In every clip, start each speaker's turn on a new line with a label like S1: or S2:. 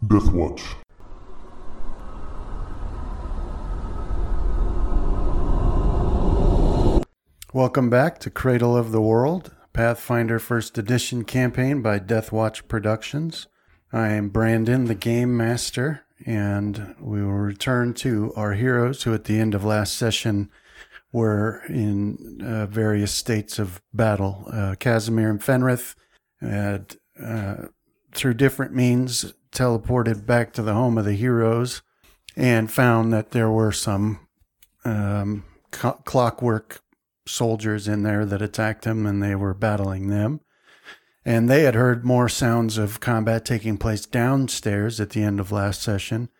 S1: Death Watch.
S2: Welcome back to Cradle of the World, Pathfinder First Edition campaign by Deathwatch Productions. I am Brandon, the Game Master, and we will return to our heroes who, at the end of last session, were in uh, various states of battle. Uh, Casimir and Fenrith had, uh, through different means, teleported back to the home of the heroes and found that there were some um, co- clockwork soldiers in there that attacked him and they were battling them. And they had heard more sounds of combat taking place downstairs at the end of last session.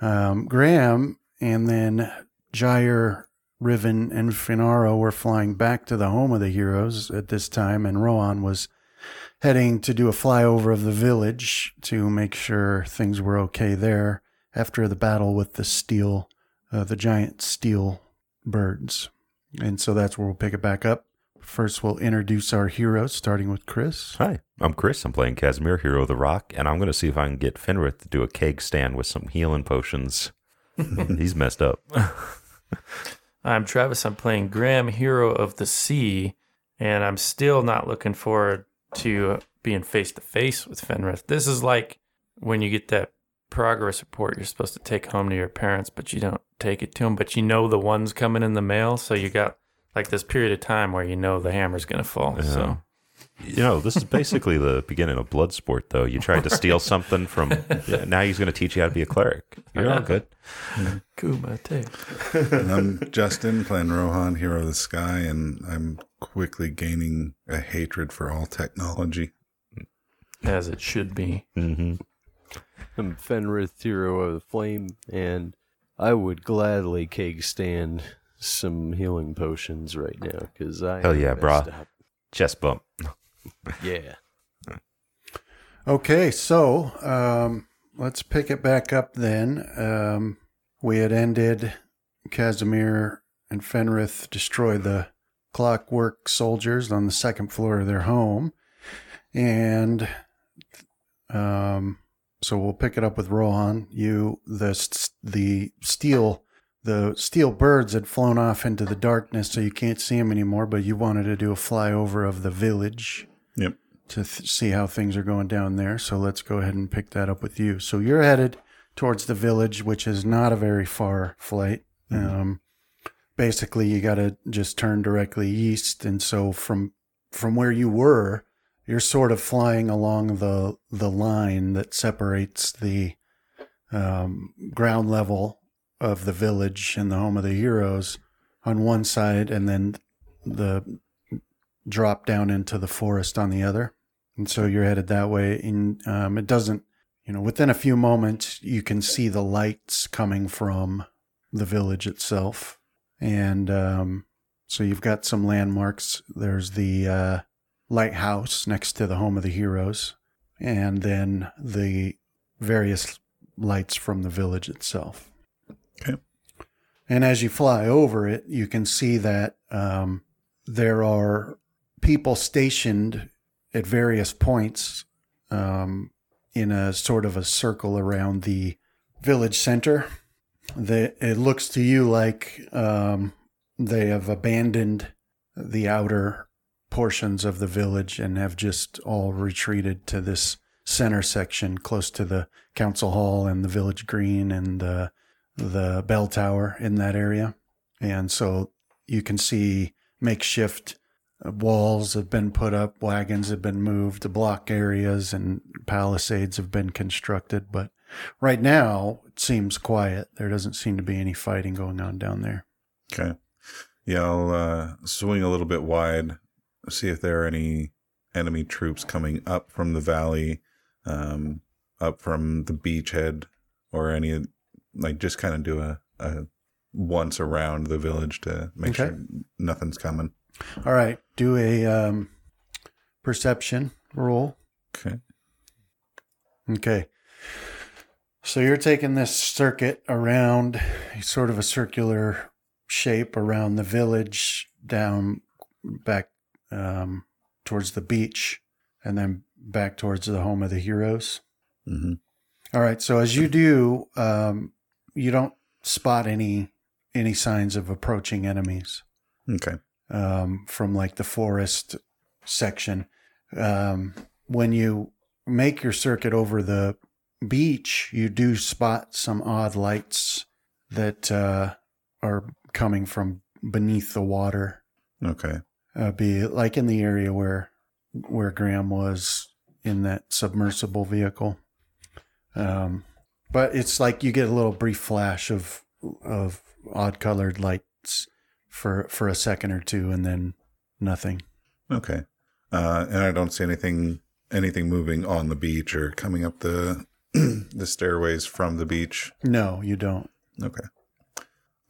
S2: Um, Graham and then Jair, Riven, and Finaro were flying back to the home of the heroes at this time, and Rohan was heading to do a flyover of the village to make sure things were okay there after the battle with the steel, uh, the giant steel birds. And so that's where we'll pick it back up. First, we'll introduce our heroes, starting with Chris.
S3: Hi, I'm Chris. I'm playing Casimir, Hero of the Rock, and I'm going to see if I can get Fenrith to do a keg stand with some healing potions. He's messed up.
S4: I'm Travis. I'm playing Graham, Hero of the Sea, and I'm still not looking forward to being face to face with Fenrith. This is like when you get that progress report you're supposed to take home to your parents, but you don't take it to them, but you know the one's coming in the mail, so you got like this period of time where you know the hammer's going to fall. So
S3: You know, this is basically the beginning of Bloodsport, though. You tried to steal something from. Yeah, now he's going to teach you how to be a cleric. You're all good.
S4: Kuma too.
S5: And I'm Justin, playing Rohan, Hero of the Sky, and I'm quickly gaining a hatred for all technology.
S4: as it should be.
S3: hmm
S6: I'm Fenrith, hero of the flame, and I would gladly keg stand some healing potions right now because I
S3: Hell
S6: am
S3: yeah, brah.
S6: messed up.
S3: Chest bump.
S6: Yeah,
S2: Okay, so um, let's pick it back up then. Um, we had ended Casimir and Fenrith destroy the clockwork soldiers on the second floor of their home. And um, so we'll pick it up with Rohan. You, the, s- the steel. The steel birds had flown off into the darkness, so you can't see them anymore. But you wanted to do a flyover of the village
S5: Yep.
S2: to th- see how things are going down there. So let's go ahead and pick that up with you. So you're headed towards the village, which is not a very far flight. Um, basically, you got to just turn directly east, and so from from where you were, you're sort of flying along the the line that separates the um, ground level of the village and the home of the heroes on one side, and then the drop down into the forest on the other. And so you're headed that way. And um, it doesn't, you know, within a few moments, you can see the lights coming from the village itself. And um, so you've got some landmarks. There's the uh, lighthouse next to the home of the heroes, and then the various lights from the village itself.
S5: Okay.
S2: And as you fly over it, you can see that um, there are people stationed at various points um, in a sort of a circle around the village center. The, it looks to you like um, they have abandoned the outer portions of the village and have just all retreated to this center section close to the council hall and the village green and the, the bell tower in that area. And so you can see makeshift uh, walls have been put up, wagons have been moved to block areas, and palisades have been constructed. But right now, it seems quiet. There doesn't seem to be any fighting going on down there.
S5: Okay. Yeah, I'll uh, swing a little bit wide, see if there are any enemy troops coming up from the valley, um, up from the beachhead, or any, like, just kind of do a, a once around the village to make
S2: Okay.
S5: sure nothing's coming.
S2: All right, do a um, perception roll.
S5: Okay.
S2: Okay. So you're taking this circuit around, sort of a circular shape around the village, down back um, towards the beach, and then back towards the home of the heroes.
S5: Mm-hmm.
S2: All right. So as you do, um, you don't spot any any signs of approaching enemies
S5: Okay.
S2: um, from like the forest section. Um, when you make your circuit over the beach, you do spot some odd lights that uh, are coming from beneath the water.
S5: Okay.
S2: Uh, be it like in the area where where Graham was in that submersible vehicle. Um, but it's like you get a little brief flash of of odd colored lights for for a second or two, and then nothing.
S5: Okay. Uh, and I don't see anything anything moving on the beach or coming up the the stairways from the beach.
S2: No, you don't.
S5: Okay.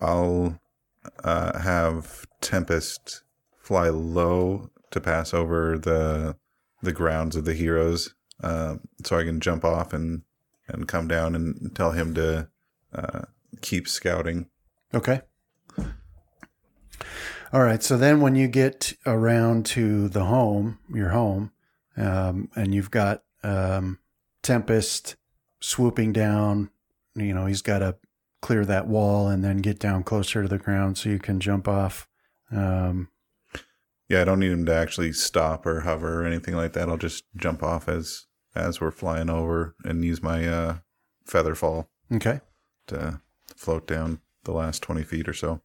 S5: I'll uh, have Tempest fly low to pass over the the grounds of the heroes, uh, so I can jump off and and come down and tell him to uh, keep scouting.
S2: Okay. All right. So then, when you get around to the home, your home, um, and you've got um, Tempest swooping down, you know he's got to clear that wall and then get down closer to the ground so you can jump off. Um,
S5: Yeah, I don't need him to actually stop or hover or anything like that. I'll just jump off as as we're flying over and use my uh, feather fall
S2: okay.
S5: to float down the last twenty feet or so.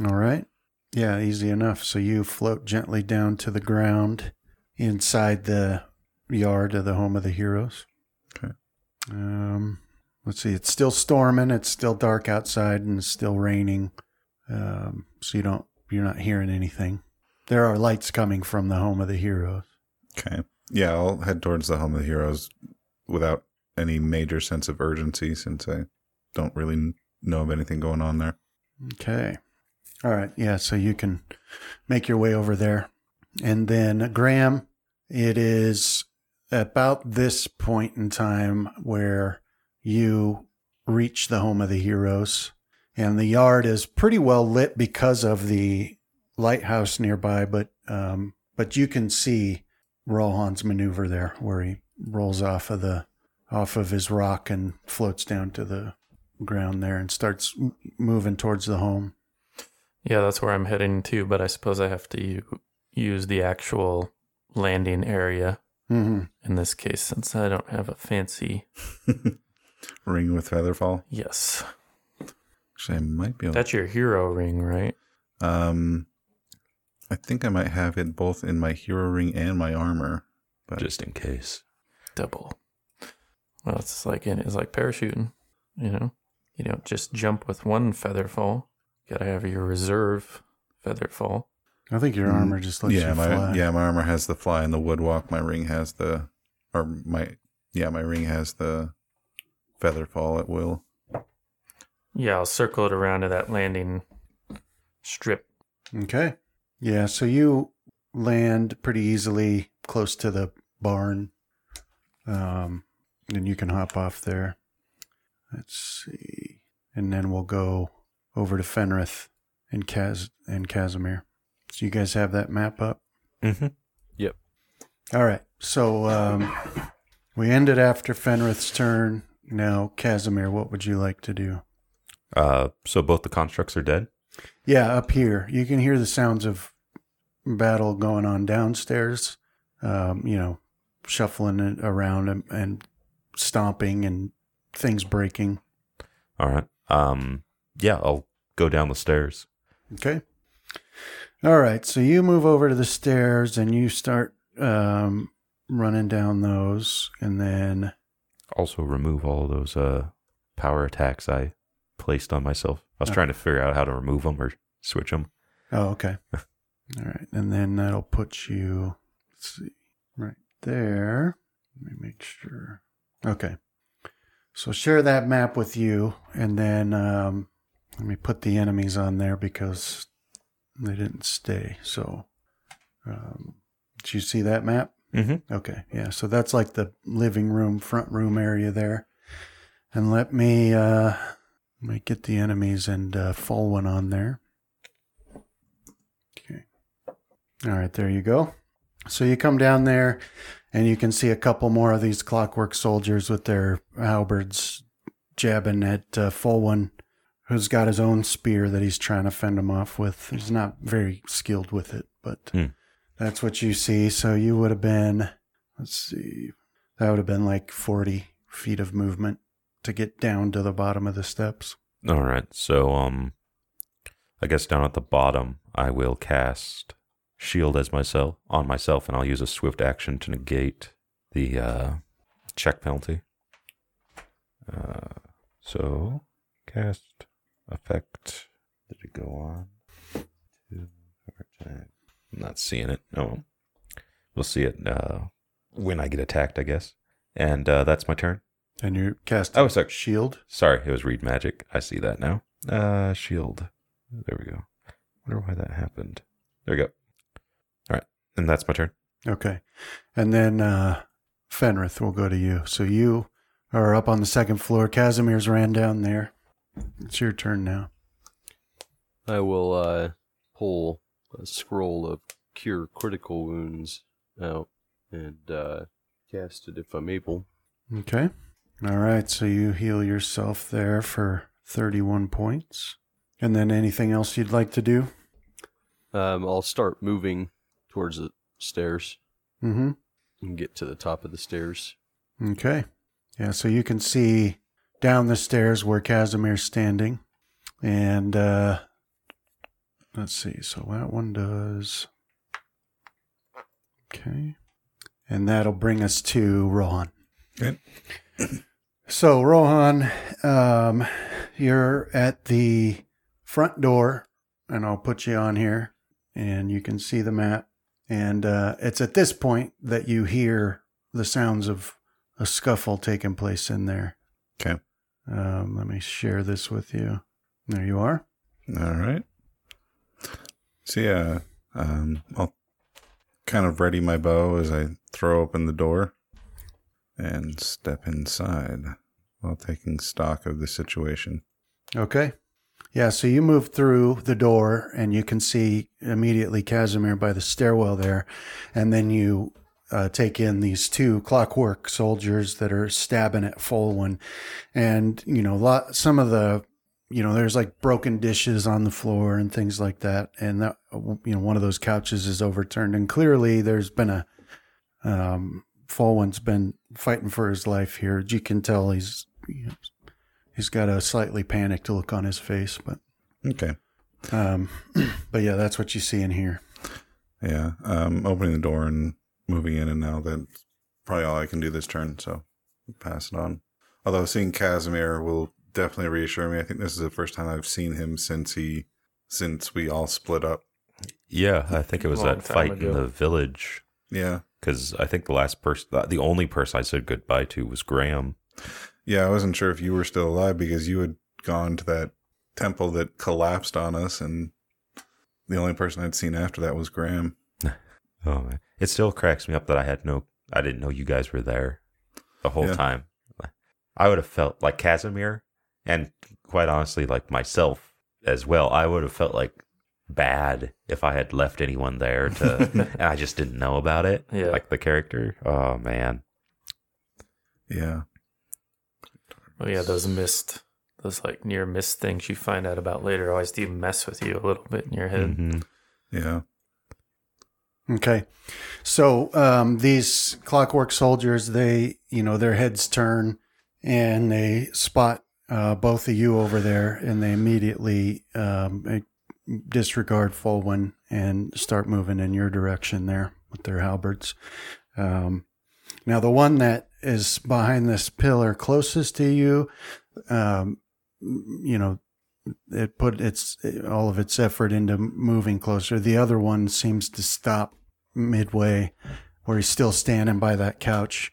S2: All right. Yeah, easy enough. So you float gently down to the ground inside the yard of the home of the heroes.
S5: Okay.
S2: Um, let's see. It's still storming. It's still dark outside, and it's still raining. Um, so you don't you're not hearing anything. There are lights coming from the home of the heroes.
S5: Okay. Yeah, I'll head towards the home of the heroes without any major sense of urgency since I don't really know of anything going on there.
S2: Okay. All right. Yeah. So you can make your way over there. And then, Graham, it is about this point in time where you reach the home of the heroes. And the yard is pretty well lit because of the lighthouse nearby, but um, but you can see Rohan's maneuver there, where he rolls off of the off of his rock and floats down to the ground there and starts m- moving towards the home.
S4: Yeah, that's where I'm heading to, but I suppose I have to u- use the actual landing area
S2: hmm
S4: in this case since I don't have a fancy.
S5: Ring with feather fall.
S4: Yes.
S5: Actually, I might be able.
S4: That's your hero ring, right?
S5: um, I think I might have it both in my hero ring and my armor. But
S3: just in case.
S4: Double. Well, it's like it's like parachuting, you know. You don't just jump with one feather fall. Got to have your reserve feather fall.
S2: I think your
S5: Mm,
S2: armor just lets
S5: yeah,
S2: you
S5: my
S2: fly.
S5: yeah, my armor has the fly and the wood walk. My ring has the, or my yeah, my ring has the feather fall at will.
S4: Yeah, I'll circle it around to that landing strip.
S2: Okay. Yeah, so you land pretty easily close to the barn. Um, and you can hop off there. Let's see. And then we'll go over to Fenrith and Kaz and Casimir. So you guys have that map up?
S3: Mm-hmm.
S2: All right. So um, we ended after Fenrith's turn. Now, Casimir, what would you like to do?
S3: Uh, so both the constructs are dead.
S2: Yeah, up here. You can hear the sounds of battle going on downstairs. Um, you know, shuffling it around and, and stomping and things breaking.
S3: All right. Um, yeah, I'll go down the stairs.
S2: Okay. All right. So you move over to the stairs and you start um, running down those. And then,
S3: Also remove all those uh power attacks I placed on myself. I was
S2: Okay.
S3: trying to figure out how to remove them or switch them.
S2: oh, okay. All right. And then that'll put you, let's see, right there. Let me make sure. Okay. So share that map with you, and then um, let me put the enemies on there because they didn't stay. So, um, did you see that map?
S3: Mm-hmm.
S2: Okay, yeah. So that's like the living room, front room area there. And let me uh, let me get the enemies and uh, fall one on there. Okay. All right, there you go. So you come down there, And you can see a couple more of these clockwork soldiers with their halberds jabbing at uh, Fulwin, who's got his own spear that he's trying to fend him off with. He's not very skilled with it, but
S3: Hmm.
S2: that's what you see. So you would have been, let's see, that would have been like 40 feet of movement to get down to the bottom of the steps.
S3: All right. So, um, I guess down at the bottom, I will cast shield as myself on myself, and I'll use a swift action to negate the uh, check penalty. Uh, so cast effect. Did it go on? Two, four, ten. I'm not seeing it. No, we'll see it uh, when I get attacked, I guess. And uh, that's my turn.
S2: And you cast
S3: Oh, sorry.
S2: shield.
S3: Sorry, it was read magic. I see that now. Uh, shield. There we go. Wonder why that happened. There we go. All right, and that's my turn.
S2: Okay. And then uh, Fenrith will go to you. So you are up on the second floor. Casimir's ran down there. It's your turn now.
S6: I will uh, pull a scroll of cure critical wounds out and uh, cast it if I'm able.
S2: Okay. All right. So you heal yourself there for 31 points. And then anything else you'd like to do?
S6: Um, I'll start moving towards the stairs
S2: Mm hmm.
S6: and get to the top of the stairs.
S2: Okay. Yeah, so you can see down the stairs where Casimir's standing. And uh let's see, so that one does Okay. And that'll bring us to Rohan.
S5: Okay.
S2: So Rohan, um you're at the front door, and I'll put you on here, and you can see the map. And uh, it's at this point that you hear the sounds of a scuffle taking place in there.
S5: Okay.
S2: Um, let me share this with you. There you are.
S5: All right. So yeah, um, I'll kind of ready my bow as I throw open the door and step inside while taking stock of the situation.
S2: Okay. Yeah, so you move through the door and you can see immediately Casimir by the stairwell there. And then you uh, take in these two clockwork soldiers that are stabbing at Folwin. And, you know, lot, some of the, you know, there's like broken dishes on the floor and things like that. And that, you know, one of those couches is overturned. And clearly there's been a, um, Folwin's been fighting for his life here. You can tell he's, you know, he's got a slightly panicked look on his face, but
S5: Okay.
S2: um, but yeah, that's what you see in here.
S5: Yeah. Um, opening the door and moving in and out. That's probably all I can do this turn. So pass it on. Although seeing Casimir will definitely reassure me. I think this is the first time I've seen him since he, since we all split up.
S3: Yeah, I think it was
S4: Long
S3: that
S4: time
S3: fight
S4: ago.
S3: in the village
S5: Yeah.
S3: because I think the last person, the only person I said goodbye to was Graham.
S5: Yeah. I wasn't sure if you were still alive because you had gone to that temple that collapsed on us. And the only person I'd seen after that was Graham.
S3: Oh man, it still cracks me up that I had no, I didn't know you guys were there the whole
S5: Yeah.
S3: time. I would have felt like Casimir, and quite honestly, like myself as well. I would have felt like bad if I had left anyone there to, and I just didn't know about it.
S4: Yeah.
S3: like the character. Oh man,
S5: Yeah.
S4: Oh yeah, those missed, those like near miss things you find out about later always do mess with you a little bit in your head.
S3: Mhm.
S5: Yeah.
S2: Okay, so um, these clockwork soldiers, they you know their heads turn and they spot uh, both of you over there, and they immediately um, disregard Fulwin and start moving in your direction there with their halberds. Um, now, the one that is behind this pillar closest to you, um, you know, it put its all of its effort into moving closer. The other one seems to stop midway, where he's still standing by that couch,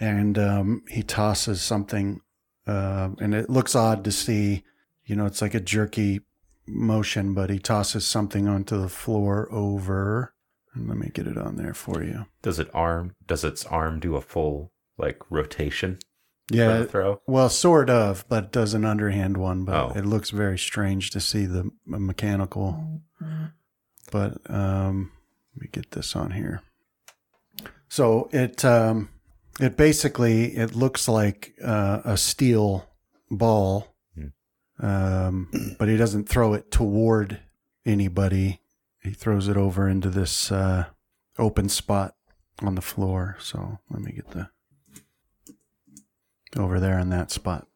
S2: and um, he tosses something, uh, and it looks odd to see. You know, it's like a jerky motion, but he tosses something onto the floor over. And let me get it on there for you.
S3: Does it arm? Does its arm do a full like rotation for
S2: Yeah,
S3: the throw?
S2: Well, sort of, but it does an underhand one. But
S3: Oh.
S2: it looks very strange to see the m- mechanical. But um, let me get this on here. So it um, it basically it looks like uh, a steel ball, um, but he doesn't throw it toward anybody. He throws it over into this uh, open spot on the floor. So let me get the over there in that spot.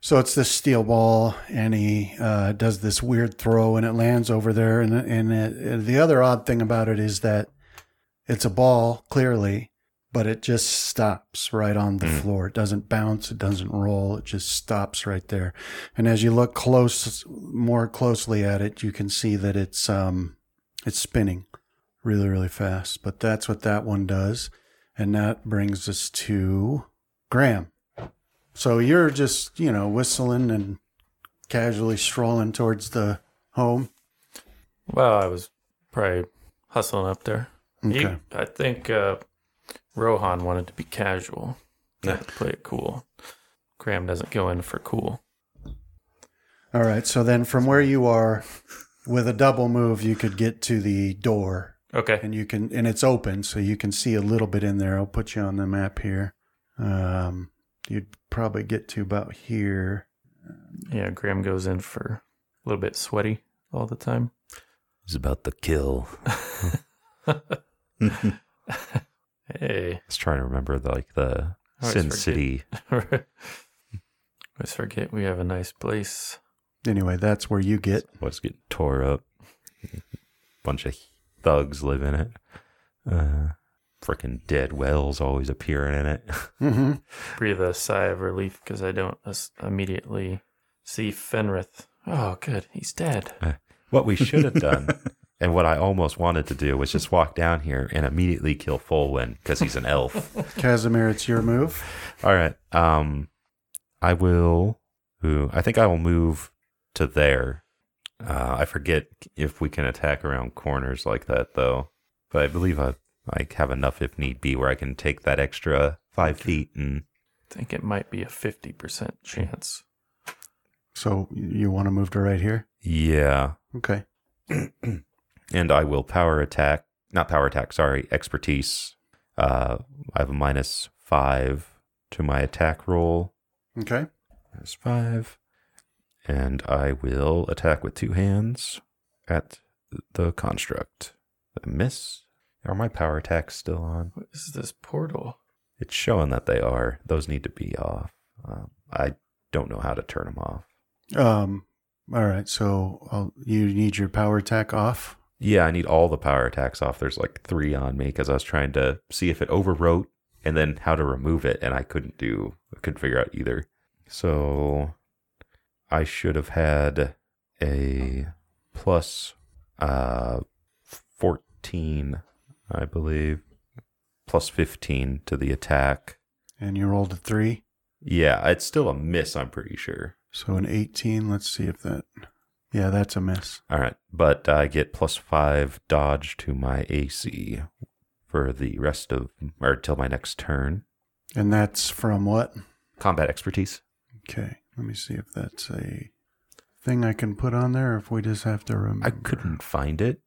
S2: So it's this steel ball, and he uh, does this weird throw, and it lands over there. And and it, the other odd thing about it is that it's a ball, clearly, but it just stops right on the floor. It doesn't bounce, it doesn't roll, it just stops right there. And as you look close, more closely at it, you can see that it's um, it's spinning really, really fast. But that's what that one does, and that brings us to Graham. So you're just you know whistling and casually strolling towards the home.
S4: Well, I was probably hustling up there. He-
S2: Okay.
S4: I think uh, Rohan wanted to be casual. Yeah. Play it cool. Graham doesn't go in for cool.
S2: All right. So then from where you are, with a double move, you could get to the door
S4: Okay.
S2: and you can, and it's open. So you can see a little bit in there. I'll put you on the map here. Um, you'd probably get to about here.
S4: Yeah, Graham goes in for a little bit sweaty all the time.
S3: It's about the kill.
S4: Hey.
S3: I was trying to remember the, like the
S4: I always
S3: Sin
S4: forget.
S3: City.
S4: Let's forget we have a nice place.
S2: Anyway, that's where you get.
S3: What's getting tore up? Bunch of thugs live in it. Uh, Freaking dead wells always appearing in it.
S2: hmm
S4: Breathe a sigh of relief because I don't as- immediately see Fenrith. Oh, good. He's dead.
S2: Uh.
S3: What we should have done, and what I almost wanted to do, was just walk down here and immediately kill Folwyn because he's an elf.
S2: Casimir, it's your move.
S3: All right. Um, I will. Ooh, I think I will move to there. Uh, I forget if we can attack around corners like that though, but I believe I I have enough if need be where I can take that extra five feet and
S4: think it might be a 50% chance.
S2: So you want to move to right here?
S3: yeah,
S2: Okay.
S3: and I will power attack. Not power attack. Sorry, expertise. Uh, I have a minus five to my attack roll.
S2: Okay.
S3: That's five. And I will attack with two hands at the construct. I miss. Are my power attacks still on?
S4: What is this portal?
S3: It's showing that they are. Those need to be off. Um, I don't know how to turn them off.
S2: Um, all right. So I'll, you need your power attack off.
S3: Yeah, I need all the power attacks off. There's like three on me because I was trying to see if it overwrote and then how to remove it, and I couldn't do. I couldn't figure out either. So I should have had a plus uh, fourteen, I believe, plus fifteen to the attack.
S2: And you rolled a three.
S3: Yeah, it's still a miss. I'm pretty sure.
S2: So an 18. Let's see if that. Yeah, that's a miss.
S3: All right, but I get plus five dodge to my AC for the rest of, or till my next turn.
S2: And that's from what?
S3: Combat expertise.
S2: Okay. Let me see if that's a thing I can put on there or if we just have to remember.
S3: I couldn't find it,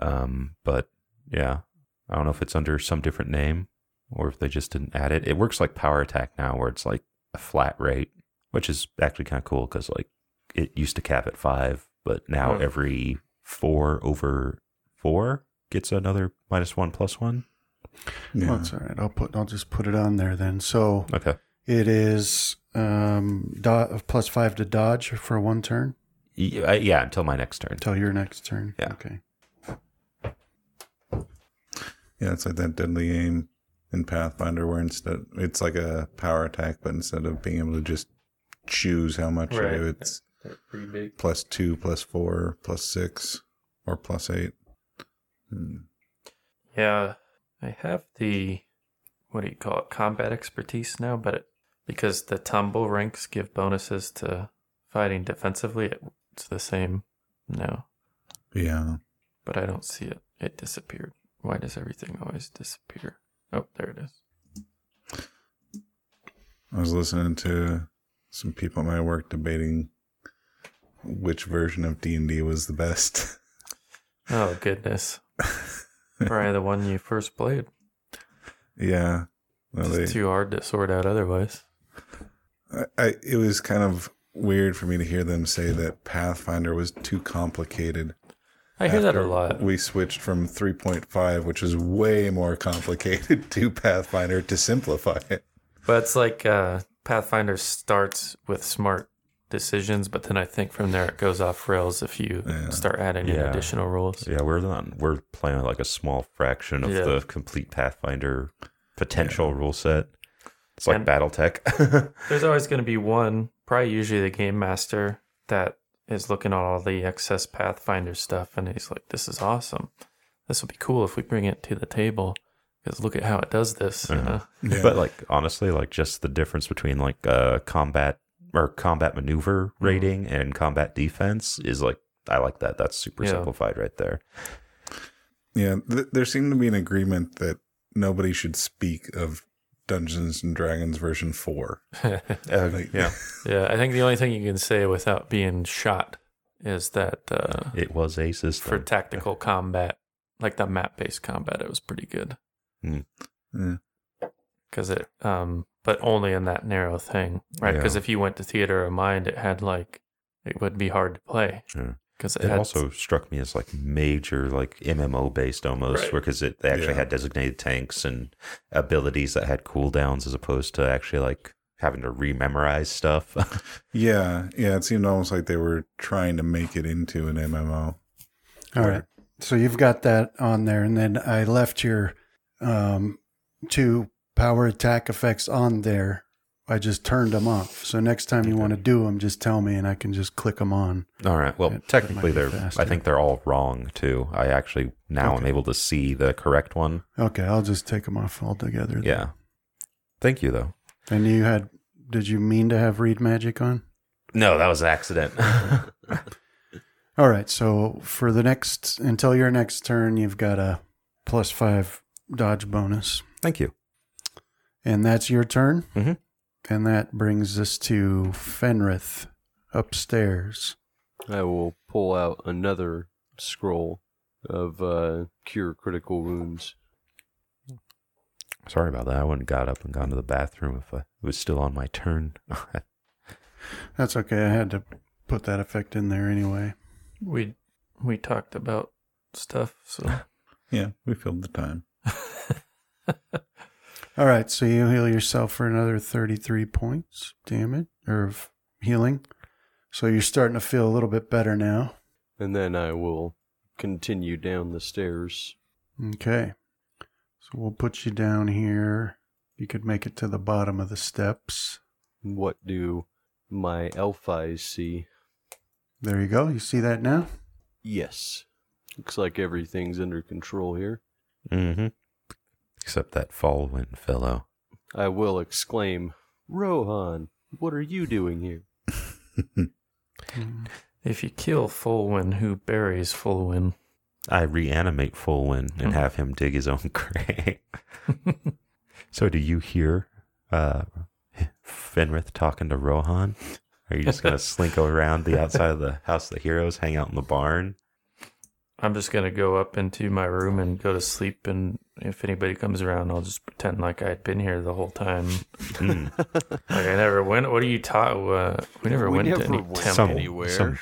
S3: um, but yeah, I don't know if it's under some different name or if they just didn't add it. It works like power attack now, where it's like a flat rate, which is actually kind of cool because like it used to cap at five, but now
S4: Hmm.
S3: every four over four gets another minus one plus one.
S5: Yeah.
S2: Well, that's all right. I'll put. I'll just put it on there then. So
S3: Okay.
S2: it is um do- plus five to dodge for one turn
S3: Y- uh, Yeah, until my next turn.
S2: until your next turn.
S3: Yeah.
S2: Okay.
S5: Yeah, it's like that deadly aim in Pathfinder where instead it's like a power attack, but instead of being able to just choose how much
S4: Right.
S5: you do, it's
S4: Pretty big.
S5: plus two, plus four, plus six, or plus eight. Hmm.
S4: Yeah, I have the what do you call it? Combat expertise now, but it, because the tumble ranks give bonuses to fighting defensively, it, it's the same now.
S5: Yeah.
S4: But I don't see it. It disappeared. Why does everything always disappear? Oh, there it is.
S5: I was listening to some people at my work debating which version of D&D was the best.
S4: Oh goodness! Probably the one you first played.
S5: Yeah. Well,
S4: It's
S5: they,
S4: too hard to sort out otherwise.
S5: I, I, it was kind of weird for me to hear them say that Pathfinder was too complicated.
S4: I hear that a
S5: after
S4: lot.
S5: We switched from 3.5, which is way more complicated, to Pathfinder to simplify it.
S4: But it's like uh, Pathfinder starts with smart decisions, but then I think from there it goes off rails if you
S5: Yeah.
S4: start adding in
S3: Yeah.
S4: additional rules.
S3: Yeah, we're not. We're playing like a small fraction of
S4: Yeah.
S3: the complete Pathfinder potential rule set. It's like
S4: And-
S3: BattleTech.
S4: There's always going to be one, probably usually the game master, that is looking at all the excess Pathfinder stuff and he's like, this is awesome. This will be cool if we bring it to the table because look at how it does this. you
S3: Uh-huh.
S4: know?
S5: Yeah.
S3: But like honestly, like just the difference between like uh combat or combat maneuver
S4: Mm-hmm.
S3: rating and combat defense is like I like that. That's super
S4: Yeah.
S3: simplified right there.
S5: Yeah, th- there seemed to be an agreement that nobody should speak of Dungeons and Dragons version four. Like,
S3: yeah.
S4: Yeah, I think the only thing you can say without being shot is that uh,
S3: It was a system.
S4: for tactical combat, like the map based combat, it was pretty good
S3: Hmm.
S5: yeah.
S4: because it, um, but only in that narrow thing, right?
S3: Yeah.
S4: Because if you went to Theater of Mind, it had like it would be hard to play
S3: Yeah.
S4: because it,
S3: It
S4: had
S3: also struck me as like major, like MMO based almost,
S4: Right.
S3: because it they actually
S5: Yeah.
S3: had designated tanks and abilities that had cooldowns as opposed to actually like having to rememorize stuff.
S5: yeah, yeah, it seemed almost like they were trying to make it into an MMO.
S2: All
S5: Right.
S2: right. So you've got that on there, and then I left your um, two power attack effects on there. I just turned them off. So next time you want to do them, just tell me, and I can just click them on.
S3: All right. Well,
S2: It- it
S3: technically,
S2: might be
S3: they're.
S2: faster.
S3: I think they're all wrong too. I actually now am
S2: Okay.
S3: able to see the correct one.
S2: Okay, I'll just take them off altogether. then.
S3: Yeah. Thank you, though.
S2: And you had? Did you mean to have read magic on?
S3: No, that was an accident.
S2: All right. So for the next until your next turn, you've got a plus five dodge bonus,
S3: Thank you.
S2: and that's your turn.
S1: Mm-hmm.
S3: Mhm.
S2: And that brings us to Fenrith upstairs.
S6: I will pull out another scroll of uh, cure critical wounds.
S3: Sorry about that. I wouldn't got up and gone to the bathroom if I, it was still on my turn.
S2: That's okay. I had to put that effect in there anyway.
S4: we we talked about stuff. So
S5: Yeah, we filled the time.
S2: All right, so you heal yourself for another 33 points damage or of healing. So you're starting to feel a little bit better now.
S6: And then I will continue down the stairs.
S2: Okay. So we'll put you down here. You could make it to the bottom of the steps.
S6: What do my elf eyes see?
S2: There you go. You see that now?
S6: Yes. Looks like everything's under control here.
S3: mm-hmm. Except that fall wind fellow.
S6: I will exclaim, Rohan, what are you doing here?
S4: if you kill Fulwin, who buries Fulwin?
S3: I reanimate full wind and have him dig his own grave. so, do you hear uh, Fenrith talking to Rohan? Are you just gonna slink around the outside of the house of the heroes, hang out in the barn?
S4: I'm just gonna go up into my room and go to sleep, and if anybody comes around, I'll just pretend like I'd been here the whole time.
S3: Mm.
S4: Like I never went. What are you taught? Uh, we never
S6: We
S4: went
S6: never
S4: to any
S6: went
S4: temple.
S3: Some-
S6: anywhere.
S3: Some,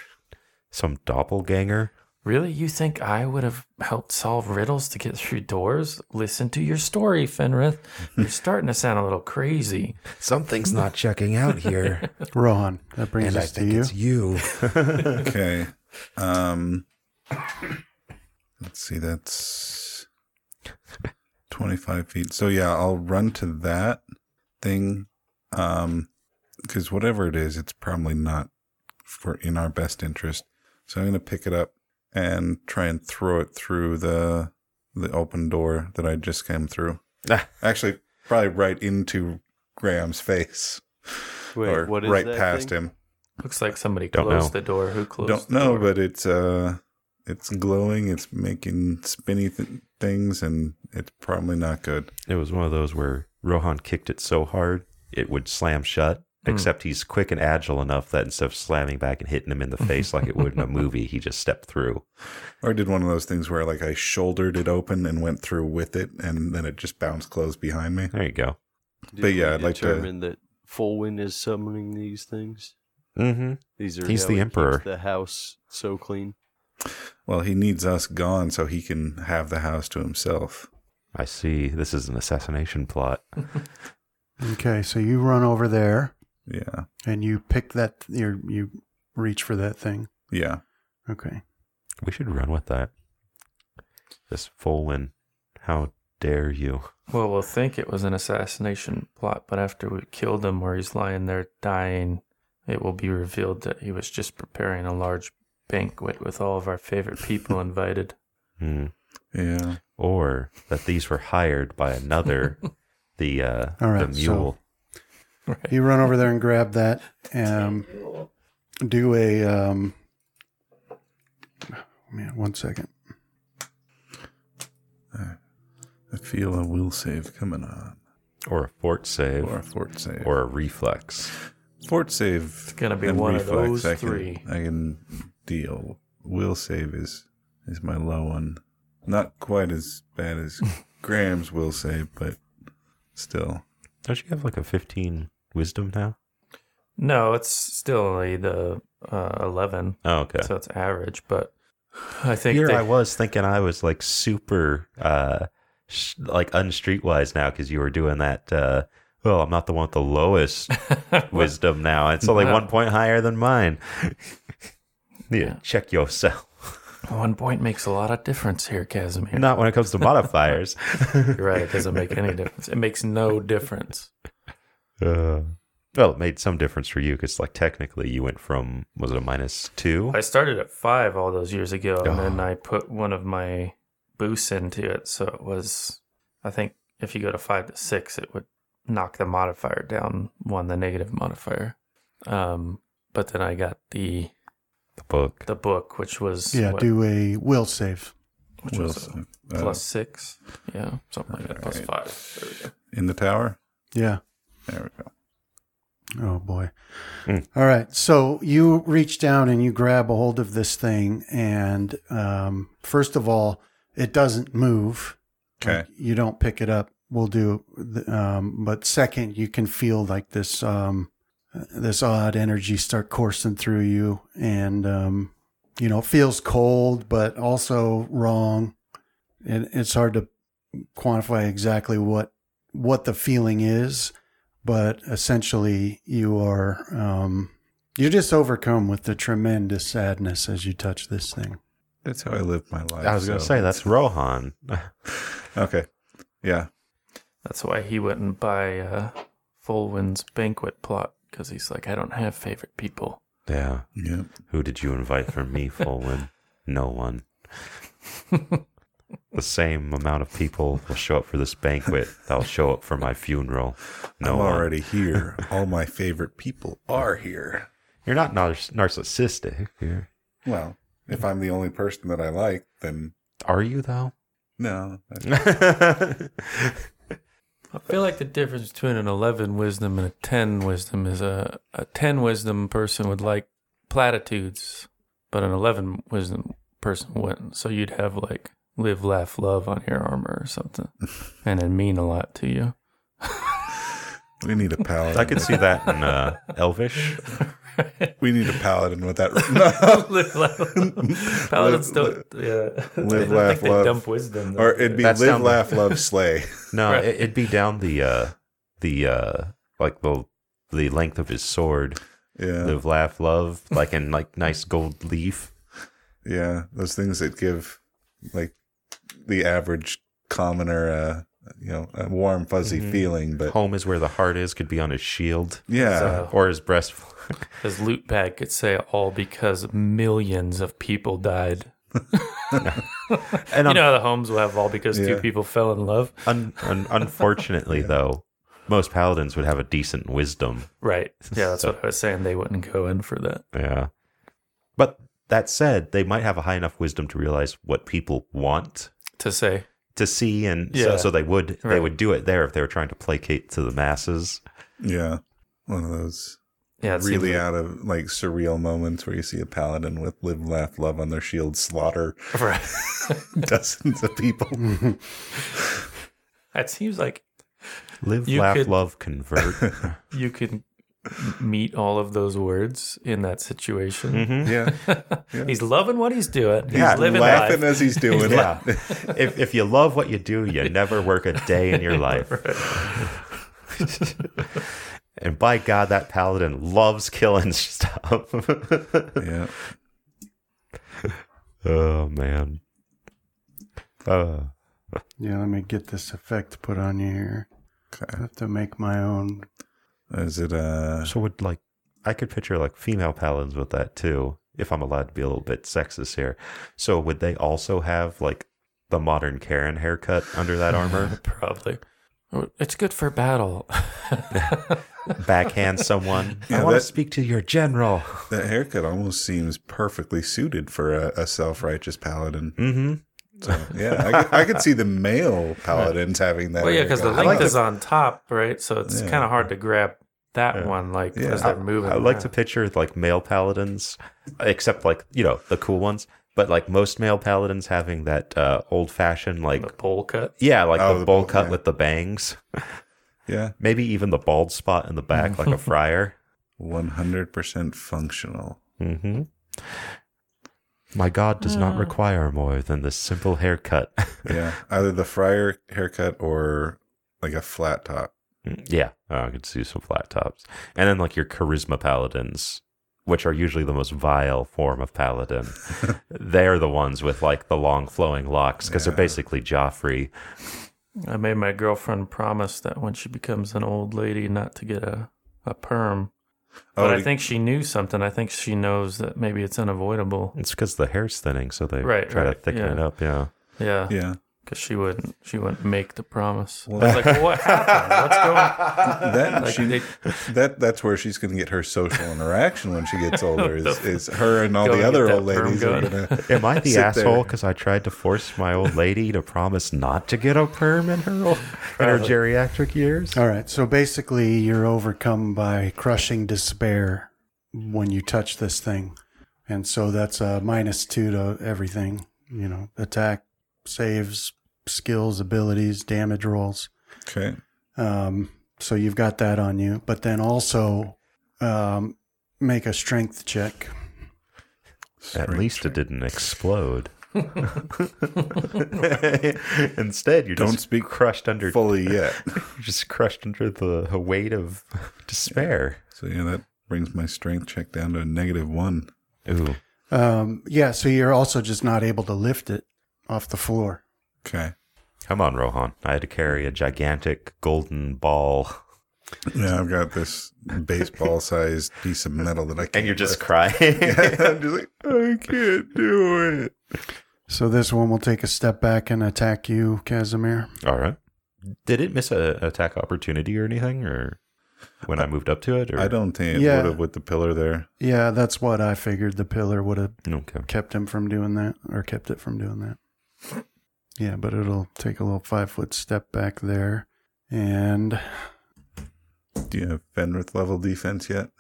S3: some doppelganger.
S4: Really, you think I would have helped solve riddles to get through doors? Listen to your story, Fenrith. You're starting to sound a little crazy.
S1: Something's not checking out here,
S2: Rohan, that brings
S1: and I
S2: us to
S1: think
S2: you.
S1: it's you.
S5: Okay. Um let's see, that's twenty five feet. So yeah, I'll run to that thing. Um because whatever it is, it's probably not for in our best interest. So I'm gonna pick it up and try and throw it through the the open door that I just came through.
S3: Ah.
S5: Actually, probably right into Graham's face.
S6: Wait,
S5: or
S6: what is
S5: right
S6: that
S5: past
S6: thing?
S5: him.
S4: Looks like somebody
S3: Don't
S4: closed
S3: know.
S4: the door. Who closed?
S5: don't
S4: the
S5: know
S4: door?
S5: but it's uh it's glowing it's making spinny th- things and it's probably not good
S3: It was one of those where Rohan kicked it so hard it would slam shut.
S2: Hmm.
S3: Except he's quick and agile enough that instead of slamming back and hitting him in the face like it would in a movie, he just stepped through.
S5: Or I did one of those things where like I shouldered it open and went through with it, and then it just bounced closed behind me.
S3: There you go.
S5: But yeah, I'd like to-
S6: determine that Fulwin is summoning these things.
S3: Mm-hmm.
S6: These are
S3: He's
S6: how
S3: the
S6: he keeps
S3: emperor.
S6: The house so clean.
S5: Well, he needs us gone so he can have the house to himself.
S3: I see. This is an assassination plot.
S2: Okay, so you run over there
S5: Yeah,
S2: and you pick that. You you reach for that thing.
S5: yeah.
S2: Okay.
S3: We should run with that. This Folin, how dare you?
S4: Well, we'll think it was an assassination plot, but after we killed him, where he's lying there dying, it will be revealed that he was just preparing a large banquet with all of our favorite people invited.
S3: Hmm.
S5: Yeah.
S3: Or that these were hired by another, the uh,
S2: All
S3: the
S2: right, so-
S3: mule.
S4: Right.
S2: You run over there and grab that. Um, do a um. oh, Man, one second.
S5: I feel a will save coming on,
S3: or a fort save,
S5: or
S3: or,
S5: a fort save,
S3: a reflex.
S5: fort save. It's
S4: gonna be one of those three.
S5: I can deal. Will save is is my low one. Not quite as bad as Graham's will save, but still.
S3: Don't you have like a 15 wisdom now?
S4: No, it's still only the uh, 11,
S3: Oh, okay.
S4: so it's average, but I think
S3: Here
S4: they-
S3: I was thinking I was like super, uh, sh- like unstreetwise now because you were doing that. Uh, well, I'm not the one with the lowest wisdom now. It's only
S4: No.
S3: one point higher than mine. yeah,
S4: Yeah.
S3: check yourself.
S4: one point makes a lot of difference here, Casimir.
S3: Not when it comes to modifiers.
S4: You're right. It doesn't make any difference. It makes no difference.
S3: Uh, well, it made some difference for you because, like, technically, you went from was it a minus two?
S4: I started at five all those years ago, and then
S3: Oh.
S4: I put one of my boosts into it. So it was, I think, if you go to five to six, it would knock the modifier down one, the negative modifier. Um, but then I got the
S3: the book.
S4: the book, which was
S2: Yeah,
S4: what,
S2: do a will save.
S4: which
S5: will
S4: was
S5: save.
S4: a
S5: Uh,
S4: plus six, yeah, something like that, plus five. There we go.
S5: in the tower.
S2: Yeah.
S5: There we go.
S2: Oh boy.
S3: Mm.
S2: All right. So you reach down and you grab a hold of this thing, and um, first of all, it doesn't move.
S5: Okay.
S2: Like, you don't pick it up. We'll do. th- Um, but second, you can feel like this um, this odd energy start coursing through you, and um, you know it feels cold, but also wrong, and it's hard to quantify exactly what what the feeling is. But essentially, you are um, you're just overcome with the tremendous sadness as you touch this thing.
S5: That's how I live my life.
S3: I was gonna
S5: so-
S3: say that's Rohan.
S5: Okay. Yeah.
S4: That's why he wouldn't buy uh, Fulwin's banquet plot because he's like, I don't have favorite people.
S3: yeah.
S5: Yeah.
S3: Who did you invite from me, Fulwin? No one. the same amount of people will show up for this banquet. That'll show up for my funeral. No
S5: I'm
S4: uh,
S3: one.
S5: already here. All my favorite people are here.
S3: You're not nar- narcissistic. You're-
S5: Well, if I'm the only person that I like, then
S3: Are you though?
S5: no.
S4: I feel like the difference between an 11 wisdom and a 10 wisdom is a, a 10 wisdom person would like platitudes, but an 11 wisdom person wouldn't. So you'd have like live, laugh, love on your armor or something, and it'd mean a lot to you.
S5: We need a paladin.
S3: I could see that in uh, Elvish.
S5: We need a paladin with that. No.
S4: live, laugh, love. Paladins
S5: Live-
S4: don't, yeah. I
S5: live,
S4: don't
S5: laugh,
S4: think they
S5: love.
S4: dump wisdom. though.
S5: or it'd be
S3: That's
S5: live,
S3: down the-
S5: laugh, love, slay.
S3: No,
S4: Right.
S3: it, it'd be down the uh, the uh, like the the length of his sword.
S5: Yeah.
S3: Live, laugh, love, like in like nice gold leaf.
S5: Yeah. Those things that give, like, the average commoner, uh, you know, a warm, fuzzy feeling. But
S3: Home uh, is where the heart is. Could be on his shield
S5: yeah.
S4: So-
S3: or his breast.
S4: As Loot Bag could say, all because millions of people died.
S3: And
S4: You
S3: un-
S4: know how the homes will have all because two
S5: Yeah.
S4: people fell in love?
S3: un- un- unfortunately, though, most paladins would have a decent wisdom.
S4: Right. Yeah, that's
S3: So-
S4: what I was saying. They wouldn't go in for that.
S3: Yeah, but that said, they might have a high enough wisdom to realize what people want
S4: To say,
S3: to see, and
S4: Yeah.
S3: so, so they would they
S4: Right.
S3: would do it there if they were trying to placate to the masses.
S5: Yeah. one of those
S4: Yeah, it seems
S5: really
S4: like-
S5: out of like surreal moments where you see a paladin with live, laugh, love on their shield slaughter
S4: Right.
S5: dozens of people.
S4: that seems like
S3: Live,
S4: You
S3: laugh,
S4: could-
S3: love, convert.
S4: you could meet all of those words in that situation.
S3: Mhm.
S5: yeah.
S4: he's loving what he's doing. He's
S3: Yeah,
S4: living
S5: laughing
S4: life.
S5: as he's doing it.
S3: Yeah. if, if you love what you do, you never work a day in your life. and by God, that paladin loves killing stuff.
S5: Yeah.
S3: oh, man. Uh,
S2: Yeah, let me get this effect put on you here. I
S5: Okay.
S2: have to make my own.
S5: Is it uh
S3: so, would like, I could picture like female paladins with that too, if I'm allowed to be a little bit sexist here. So, would they also have like the modern Karen haircut under that armor?
S4: Probably. Oh, It's good for battle.
S3: Backhand someone.
S5: Yeah,
S3: I want
S5: that-
S3: to speak to your general.
S5: that haircut almost seems perfectly suited for a, a self-righteous paladin.
S3: Mm hmm.
S5: So, yeah, I, could- I could see the male paladins having that.
S4: well, yeah, because the
S5: haircut.
S4: length
S5: I like
S4: is on top, right? So it's
S5: Yeah.
S4: kind of hard to grab that
S3: Yeah.
S4: one, like
S5: Yeah.
S4: as they're moving.
S3: I like to
S4: around.
S3: picture like male paladins, except like you know the cool ones, but like most male paladins having that uh, old fashioned like
S4: the pole cut.
S3: yeah like
S5: Oh,
S3: the,
S5: the
S3: bowl
S5: bowl-
S3: cut
S5: yeah.
S3: with the bangs,
S5: yeah,
S3: maybe even the bald spot in the back like a friar.
S5: one hundred percent functional.
S3: hmm My God does not require more than this simple haircut.
S5: Yeah, either the friar haircut or like a flat top.
S3: yeah, uh, I could see some flat tops, and then like your charisma paladins. Which are usually the most vile form of paladin. They're the ones with like the long flowing locks because
S5: Yeah.
S3: they're basically Joffrey.
S4: I made my girlfriend promise that when she becomes an old lady, not to get a, a perm. But
S3: Oh,
S4: I
S5: to-
S4: think she knew something. I think she knows that maybe it's unavoidable.
S3: It's because the hair's thinning, so they
S4: Right,
S3: try to
S4: right,
S3: thicken
S4: yeah.
S3: it up. Yeah.
S4: Yeah, because
S5: yeah,
S4: she wouldn't. She wouldn't make the promise.
S5: Well,
S4: I was like, well, "What happened? What's going?"
S5: that
S4: Like,
S5: she,
S4: they-
S5: that that's where she's going to get her social interaction when she gets older. Is, is her and all
S4: Go
S5: the
S4: get
S5: other
S4: that
S5: old
S4: perm
S5: ladies are
S4: going.
S5: going to.
S3: Am I the
S5: Sit
S3: asshole
S5: there.
S3: because I tried to force my old lady to promise not to get a perm in her old, in her geriatric years?
S2: All right, so basically, you're overcome by crushing despair when you touch this thing. And so that's a minus two to everything, you know, attack, saves, skills, abilities, damage rolls.
S5: Okay.
S2: Um, so you've got that on you, but then also um, make a strength check.
S3: At least it didn't explode. Instead, you
S5: Don't
S3: just
S5: speak
S3: crushed under
S5: fully yet.
S3: you're just crushed under the weight of despair.
S5: So yeah, that brings my strength check down to a negative one.
S3: Ooh,
S2: Um, yeah, so you're also just not able to lift it off the floor.
S5: Okay.
S3: come on, Rohan! I had to carry a gigantic golden ball,
S5: Yeah, I've got this baseball-sized piece of metal that I can't.
S3: and you're just
S5: lift.
S3: crying.
S5: I'm just like I can't do it.
S2: So this one will take a step back and attack you, Casimir.
S3: All right. Did it miss a attack opportunity or anything, or when I moved up to it? Or?
S5: I don't think it
S2: Yeah.
S5: would have with the pillar there.
S2: Yeah, that's what I figured. The pillar would have
S3: Okay.
S2: kept him from doing that, or kept it from doing that. Yeah, but it'll take a little five foot step back there, and
S5: Do you have Fenrith level defense yet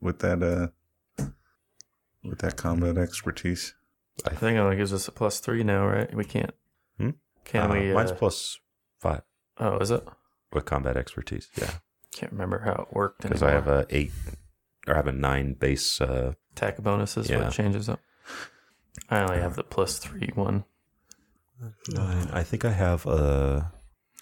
S5: with that uh with that combat expertise?
S4: I think it only gives us a plus three now, right? We can't.
S3: Hmm?
S4: Can
S3: Uh,
S4: we?
S3: Mine's
S4: uh,
S3: plus five
S4: oh, is it?
S3: with combat expertise. Yeah,
S4: Can't remember how it worked.
S3: because I have
S4: anymore.
S3: a eight or I have a nine base. Uh,
S4: attack bonuses.
S3: Yeah. Uh,
S4: What changes up? I only have the plus three one.
S3: nine. I think I have a.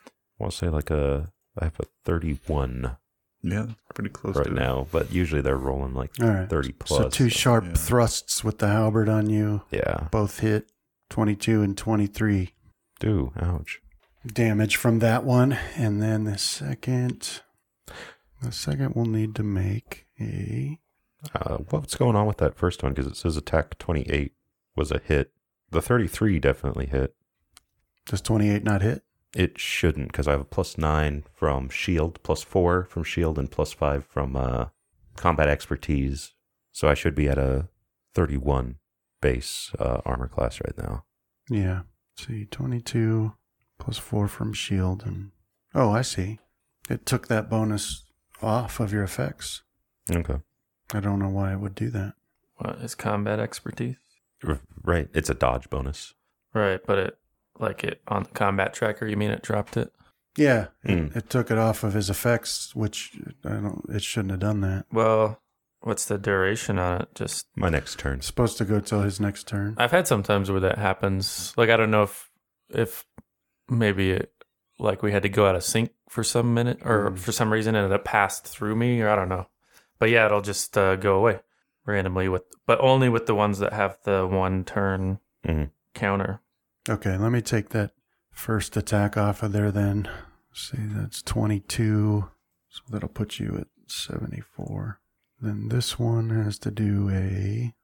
S3: I want to say like a. I have a thirty-one
S5: Yeah, pretty close
S3: right
S5: to
S3: now, but usually they're rolling like
S2: all right.
S3: thirty plus.
S2: so two sharp
S5: yeah.
S2: thrusts with the halberd on you,
S3: Yeah.
S2: both hit twenty two and twenty three
S3: Ooh, ouch.
S2: damage from that one, and then the second, the second will need to make a
S3: Uh, what's going on with that first one? Because it says attack twenty-eight was a hit. The thirty-three definitely hit.
S2: does twenty eight not hit?
S3: It shouldn't because I have a plus nine from shield, E plus four from shield, E and plus five from uh, combat expertise. So I should be at a 31 base uh, armor class right now.
S2: Yeah. See, 22 plus 4 from shield. And oh, I see. It took that bonus off of your effects.
S3: Okay.
S2: I don't know why it would do that.
S4: What is combat expertise?
S3: R- Right. It's a dodge bonus.
S4: Right, but it like it on the combat tracker. You mean it dropped it?
S2: Yeah,
S3: Mm.
S2: it took it off of his effects, which I don't. It shouldn't have done that.
S4: Well, what's the duration on it? Just
S3: My next turn.
S2: It's supposed to go till his next turn.
S4: I've had some times where that happens. Like I don't know if if maybe it, like we had to go out of sync for some minute or for some reason and it passed through me or I don't know. But yeah, it'll just uh, go away randomly with, but only with the ones that have the one turn
S3: Mhm.
S4: counter.
S2: Okay, let me take that first attack off of there. Then see that's twenty-two, so that'll put you at seventy-four. Then this one has to do a,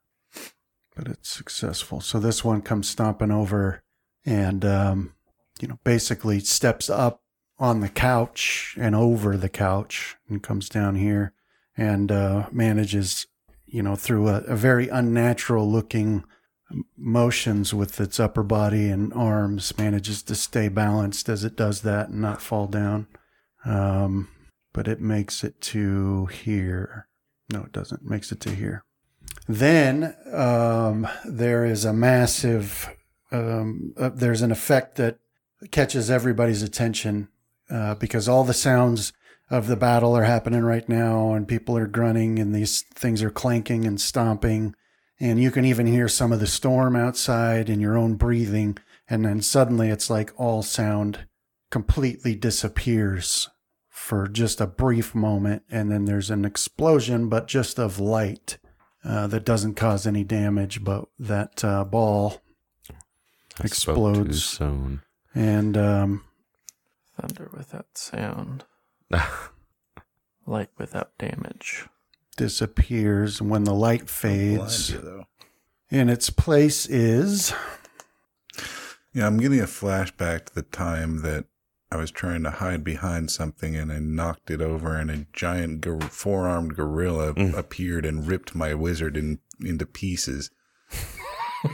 S2: but it's successful. So this one comes stomping over, and um, you know basically steps up on the couch and over the couch and comes down here and uh, manages you know through a, a very unnatural looking motions with its upper body and arms manages to stay balanced as it does that and not fall down. Um, but it makes it to here. No, it doesn't. Makes it to here. Then um, there is a massive. Um, uh, there's an effect that catches everybody's attention uh, because all the sounds of the battle are happening right now, and people are grunting, and these things are clanking and stomping and you can even hear some of the storm outside and your own breathing and then suddenly it's like all sound completely disappears for just a brief moment and then there's an explosion but just of light uh, that doesn't cause any damage but that uh, ball
S3: I spoke too
S2: Explodes.
S3: soon.
S2: and um,
S4: Thunder without sound, light without damage.
S2: disappears and when the
S6: Oh,
S2: light
S5: Blind
S2: fades
S5: you, though.
S2: and its place is
S5: Yeah, I'm getting a flashback to the time that I was trying to hide behind something and I knocked it over, and a giant gor- four-armed gorilla
S3: Mm.
S5: appeared and ripped my wizard in, into pieces.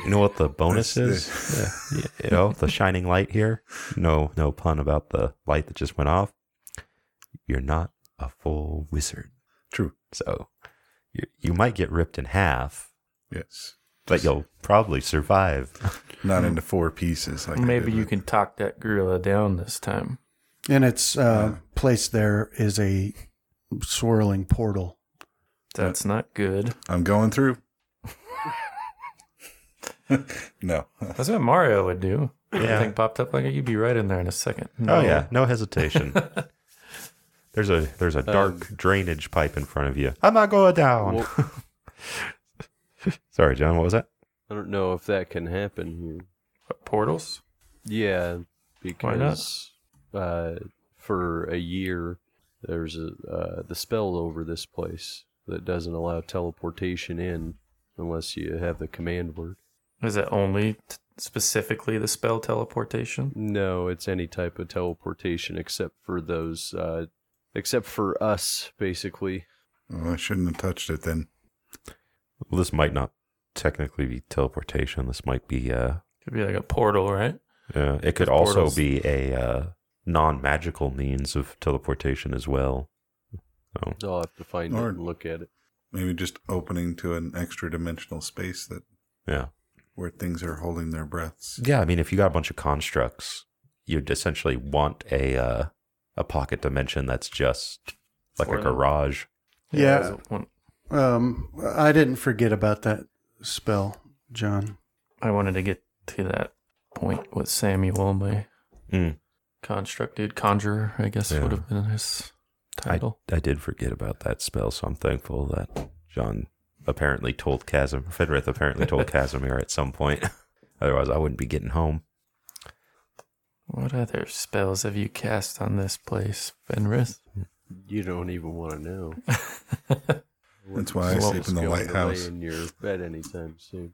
S3: you know what the bonus
S5: That's
S3: is? Yeah. You know, the shining light here. No, no pun about the light that just went off. You're not a full wizard.
S5: True.
S3: So you, you might get ripped in half,
S5: Yes.
S3: but you'll probably survive.
S5: Not into four pieces. Like I
S4: Maybe
S5: did
S4: you
S5: with-
S4: can talk that gorilla down this time.
S2: and its uh, place there is a swirling portal
S4: That's not good.
S5: I'm going through. no.
S4: That's what Mario would do.
S3: Yeah.
S4: Everything popped up like you'd be right in there in a second.
S3: Oh yeah, no hesitation. there's a there's a dark drainage pipe in front of you. I'm not going down.
S6: Well-
S3: Sorry, John. What was that?
S6: I don't know if that can happen here.
S4: What, portals?
S6: Yeah,
S4: Why not?
S6: because uh, for a year there's a uh, the spell over this place that doesn't allow teleportation in unless you have the command word.
S4: Is it only t- specifically the spell teleportation?
S6: No, it's any type of teleportation except for those, uh, except for us, basically.
S5: Well, I shouldn't have touched it then.
S3: Well, this might not technically be teleportation. This might be uh,
S4: Could be like a portal, right?
S3: uh it could
S4: There's
S3: also
S4: portals.
S3: be a uh, non-magical means of teleportation as well. Oh,
S6: I'll have to find
S5: Or-
S6: it and look at it.
S5: Maybe just opening to an extra dimensional space that
S3: yeah.
S5: where things are holding their breaths.
S3: Yeah, I mean, if you got a bunch of constructs, you'd essentially want a uh, a pocket dimension that's just like
S4: For
S3: a
S4: them.
S3: garage.
S2: Yeah.
S4: that was one-
S2: Um, I didn't forget about that spell, John.
S4: I wanted to get to that point with Samuel, my
S3: Mm.
S4: constructed conjurer, I guess
S3: Yeah.
S4: would have been his
S3: I,
S4: title.
S3: I did forget about that spell, so I'm thankful that John apparently told Chasm Fenrith apparently told Casimir at some point. Otherwise, I wouldn't be getting home.
S4: What other spells have you cast on this place, Fenris?
S6: You don't even want to know.
S5: That's why I
S4: Well,
S5: sleep in the
S6: Be able to
S5: lighthouse.
S6: Lay in your bed anytime soon.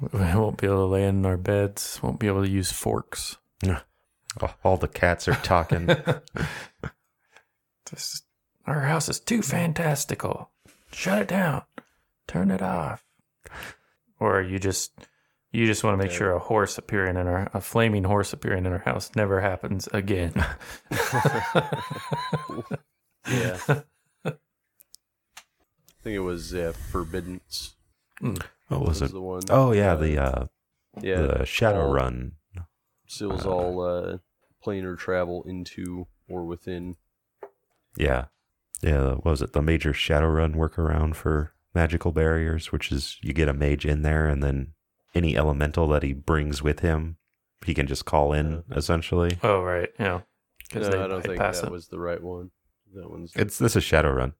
S4: We won't be able to lay in our beds, won't be able to use forks.
S3: Oh, All the cats are talking.
S4: This, our house is too fantastical. Shut it down. Turn it off. Or you just you just want to make sure a horse appearing in our a flaming horse appearing in our house never happens again.
S6: Yeah. think it was uh, Forbiddance.
S3: What Oh, was it?
S6: The one.
S3: Oh yeah, the uh,
S6: yeah,
S3: the Shadow
S6: all-
S3: Run.
S6: seals
S3: uh,
S6: all uh, planar travel into or within.
S3: Yeah, yeah. What was it? The major Shadow Run workaround for magical barriers, which is you get a mage in there, and then any elemental that he brings with him, he can just call in essentially.
S4: Oh right, yeah.
S6: No,
S4: Because
S6: I don't think that
S4: it.
S6: was the right one. That one's
S3: It's this is Shadow Run.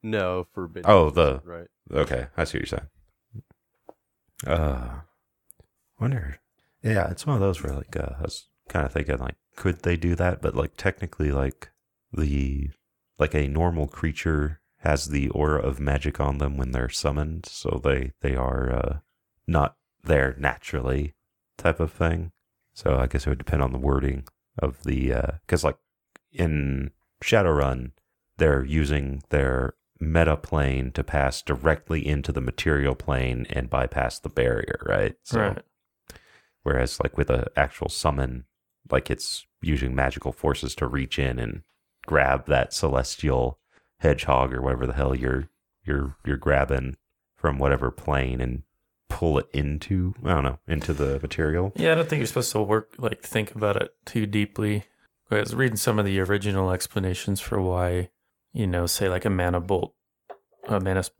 S6: no forbidden.
S3: Oh, the-
S6: right.
S3: Okay, I see what you're saying. Uh, wonder. Yeah, it's one of those where like uh, I was kind of thinking like, could they do that? But like technically, like the like a normal creature has the aura of magic on them when they're summoned, so they they are uh, not there naturally, type of thing. So I guess it would depend on the wording of the because like in Shadowrun, they're using their meta plane to pass directly into the material plane and bypass the barrier, right?
S4: right.
S3: Whereas, like with a actual summon, like it's using magical forces to reach in and grab that celestial hedgehog or whatever the hell you're you're you're grabbing from whatever plane and pull it into I don't know into the material.
S4: Yeah, I don't think you're supposed to work like think about it too deeply. I was reading some of the original explanations for why, you know, say like a mana bolt, a mana s-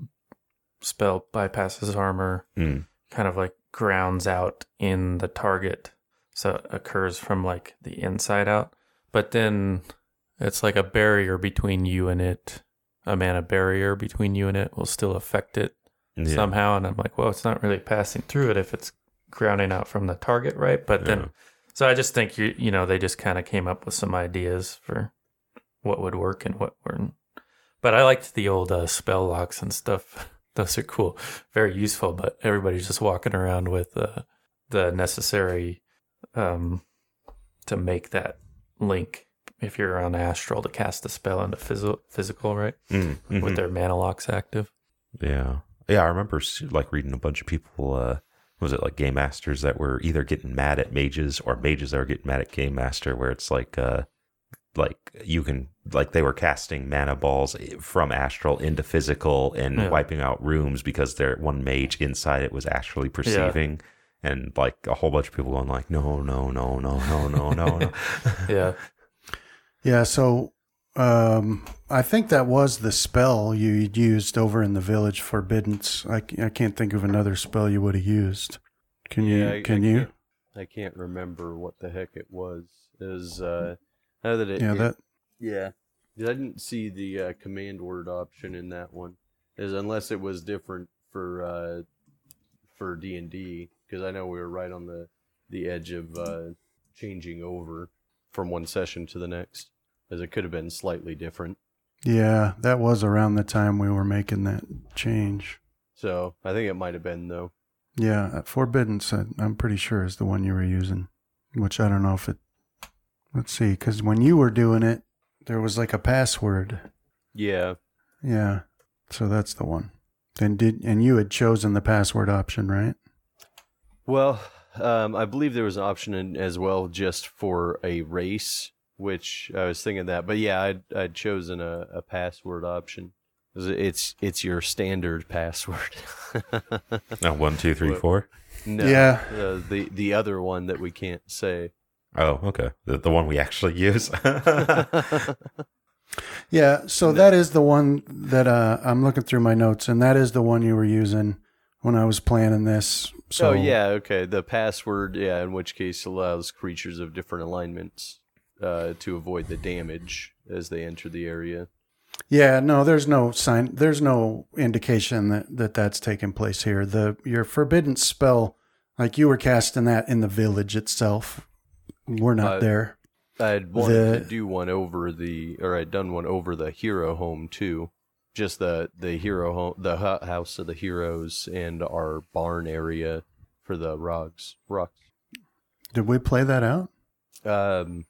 S4: spell bypasses armor,
S3: Mm.
S4: kind of like grounds out in the target, so it occurs from like the inside out. But then it's like a barrier between you and it. A mana barrier between you and it will still affect it
S3: Yeah.
S4: somehow and i'm like well it's not really passing through it if it's grounding out from the target right but
S3: Yeah.
S4: then so i just think you you know they just kind of came up with some ideas for what would work and what wouldn't but i liked the old uh, spell locks and stuff those are cool very useful but everybody's just walking around with uh, the necessary um to make that link if you're on astral to cast a spell into phys- physical right
S3: Mm, mhm.
S4: with their mana locks active
S3: Yeah. Yeah, I remember s- like reading a bunch of people uh was it like game masters that were either getting mad at mages or mages that were getting mad at game master where it's like uh like you can like they were casting mana balls i- from astral into physical and
S4: Yeah.
S3: wiping out rooms because their one mage inside it was actually perceiving and like a whole bunch of people going like no no no no no no no no
S4: yeah
S2: Yeah, so um, I think that was the spell you you'd used over in the village forbiddance. I, c- I can't think of another spell you would have used. Can
S6: Yeah,
S2: you?
S6: I-
S2: can
S6: I
S2: you?
S6: can't- I can't remember what the heck it was. Is uh, now that it
S2: Yeah,
S6: it-
S2: that
S6: Yeah. I didn't see the uh, command word option in that one, is unless it was different for uh, for D and D, because I know we were right on the the edge of uh, changing over from one session to the next, as it could have been slightly different.
S2: yeah, that was around the time we were making that change.
S6: So I think it might have been though.
S2: Yeah, forbiddance. I, I'm pretty sure is the one you were using, which I don't know if it. Let's see, because when you were doing it, there was like a password.
S6: Yeah,
S2: Yeah, so that's the one. And did and you had chosen the password option, right?
S6: Well, um, I believe there was an option in, as well just for a race, which I was thinking that. But yeah, I'd, I'd chosen a, a password option. 'Cause It's it's your standard password.
S3: no Oh, one two three four
S6: no,
S2: Yeah.
S6: uh, the the other one that we can't say.
S3: oh okay the, the one we actually use
S2: Yeah, so that is the one that uh, I'm looking through my notes, and that is the one you were using when I was planning this. So
S6: oh yeah, okay. The password, yeah, in which case allows creatures of different alignments uh, to avoid the damage as they enter the area.
S2: yeah. No, there's no sign. There's no indication that, that that's taking place here. The your forbidden spell, like you were casting that in the village itself. We're not
S6: Uh,
S2: there.
S6: I'd wanted
S2: The-
S6: to do one over the, or I'd done one over the hero home too, just the the hero home, the hu- house of the heroes, and our barn area for the rocks. Rocks.
S2: Did we play that out?
S6: Um,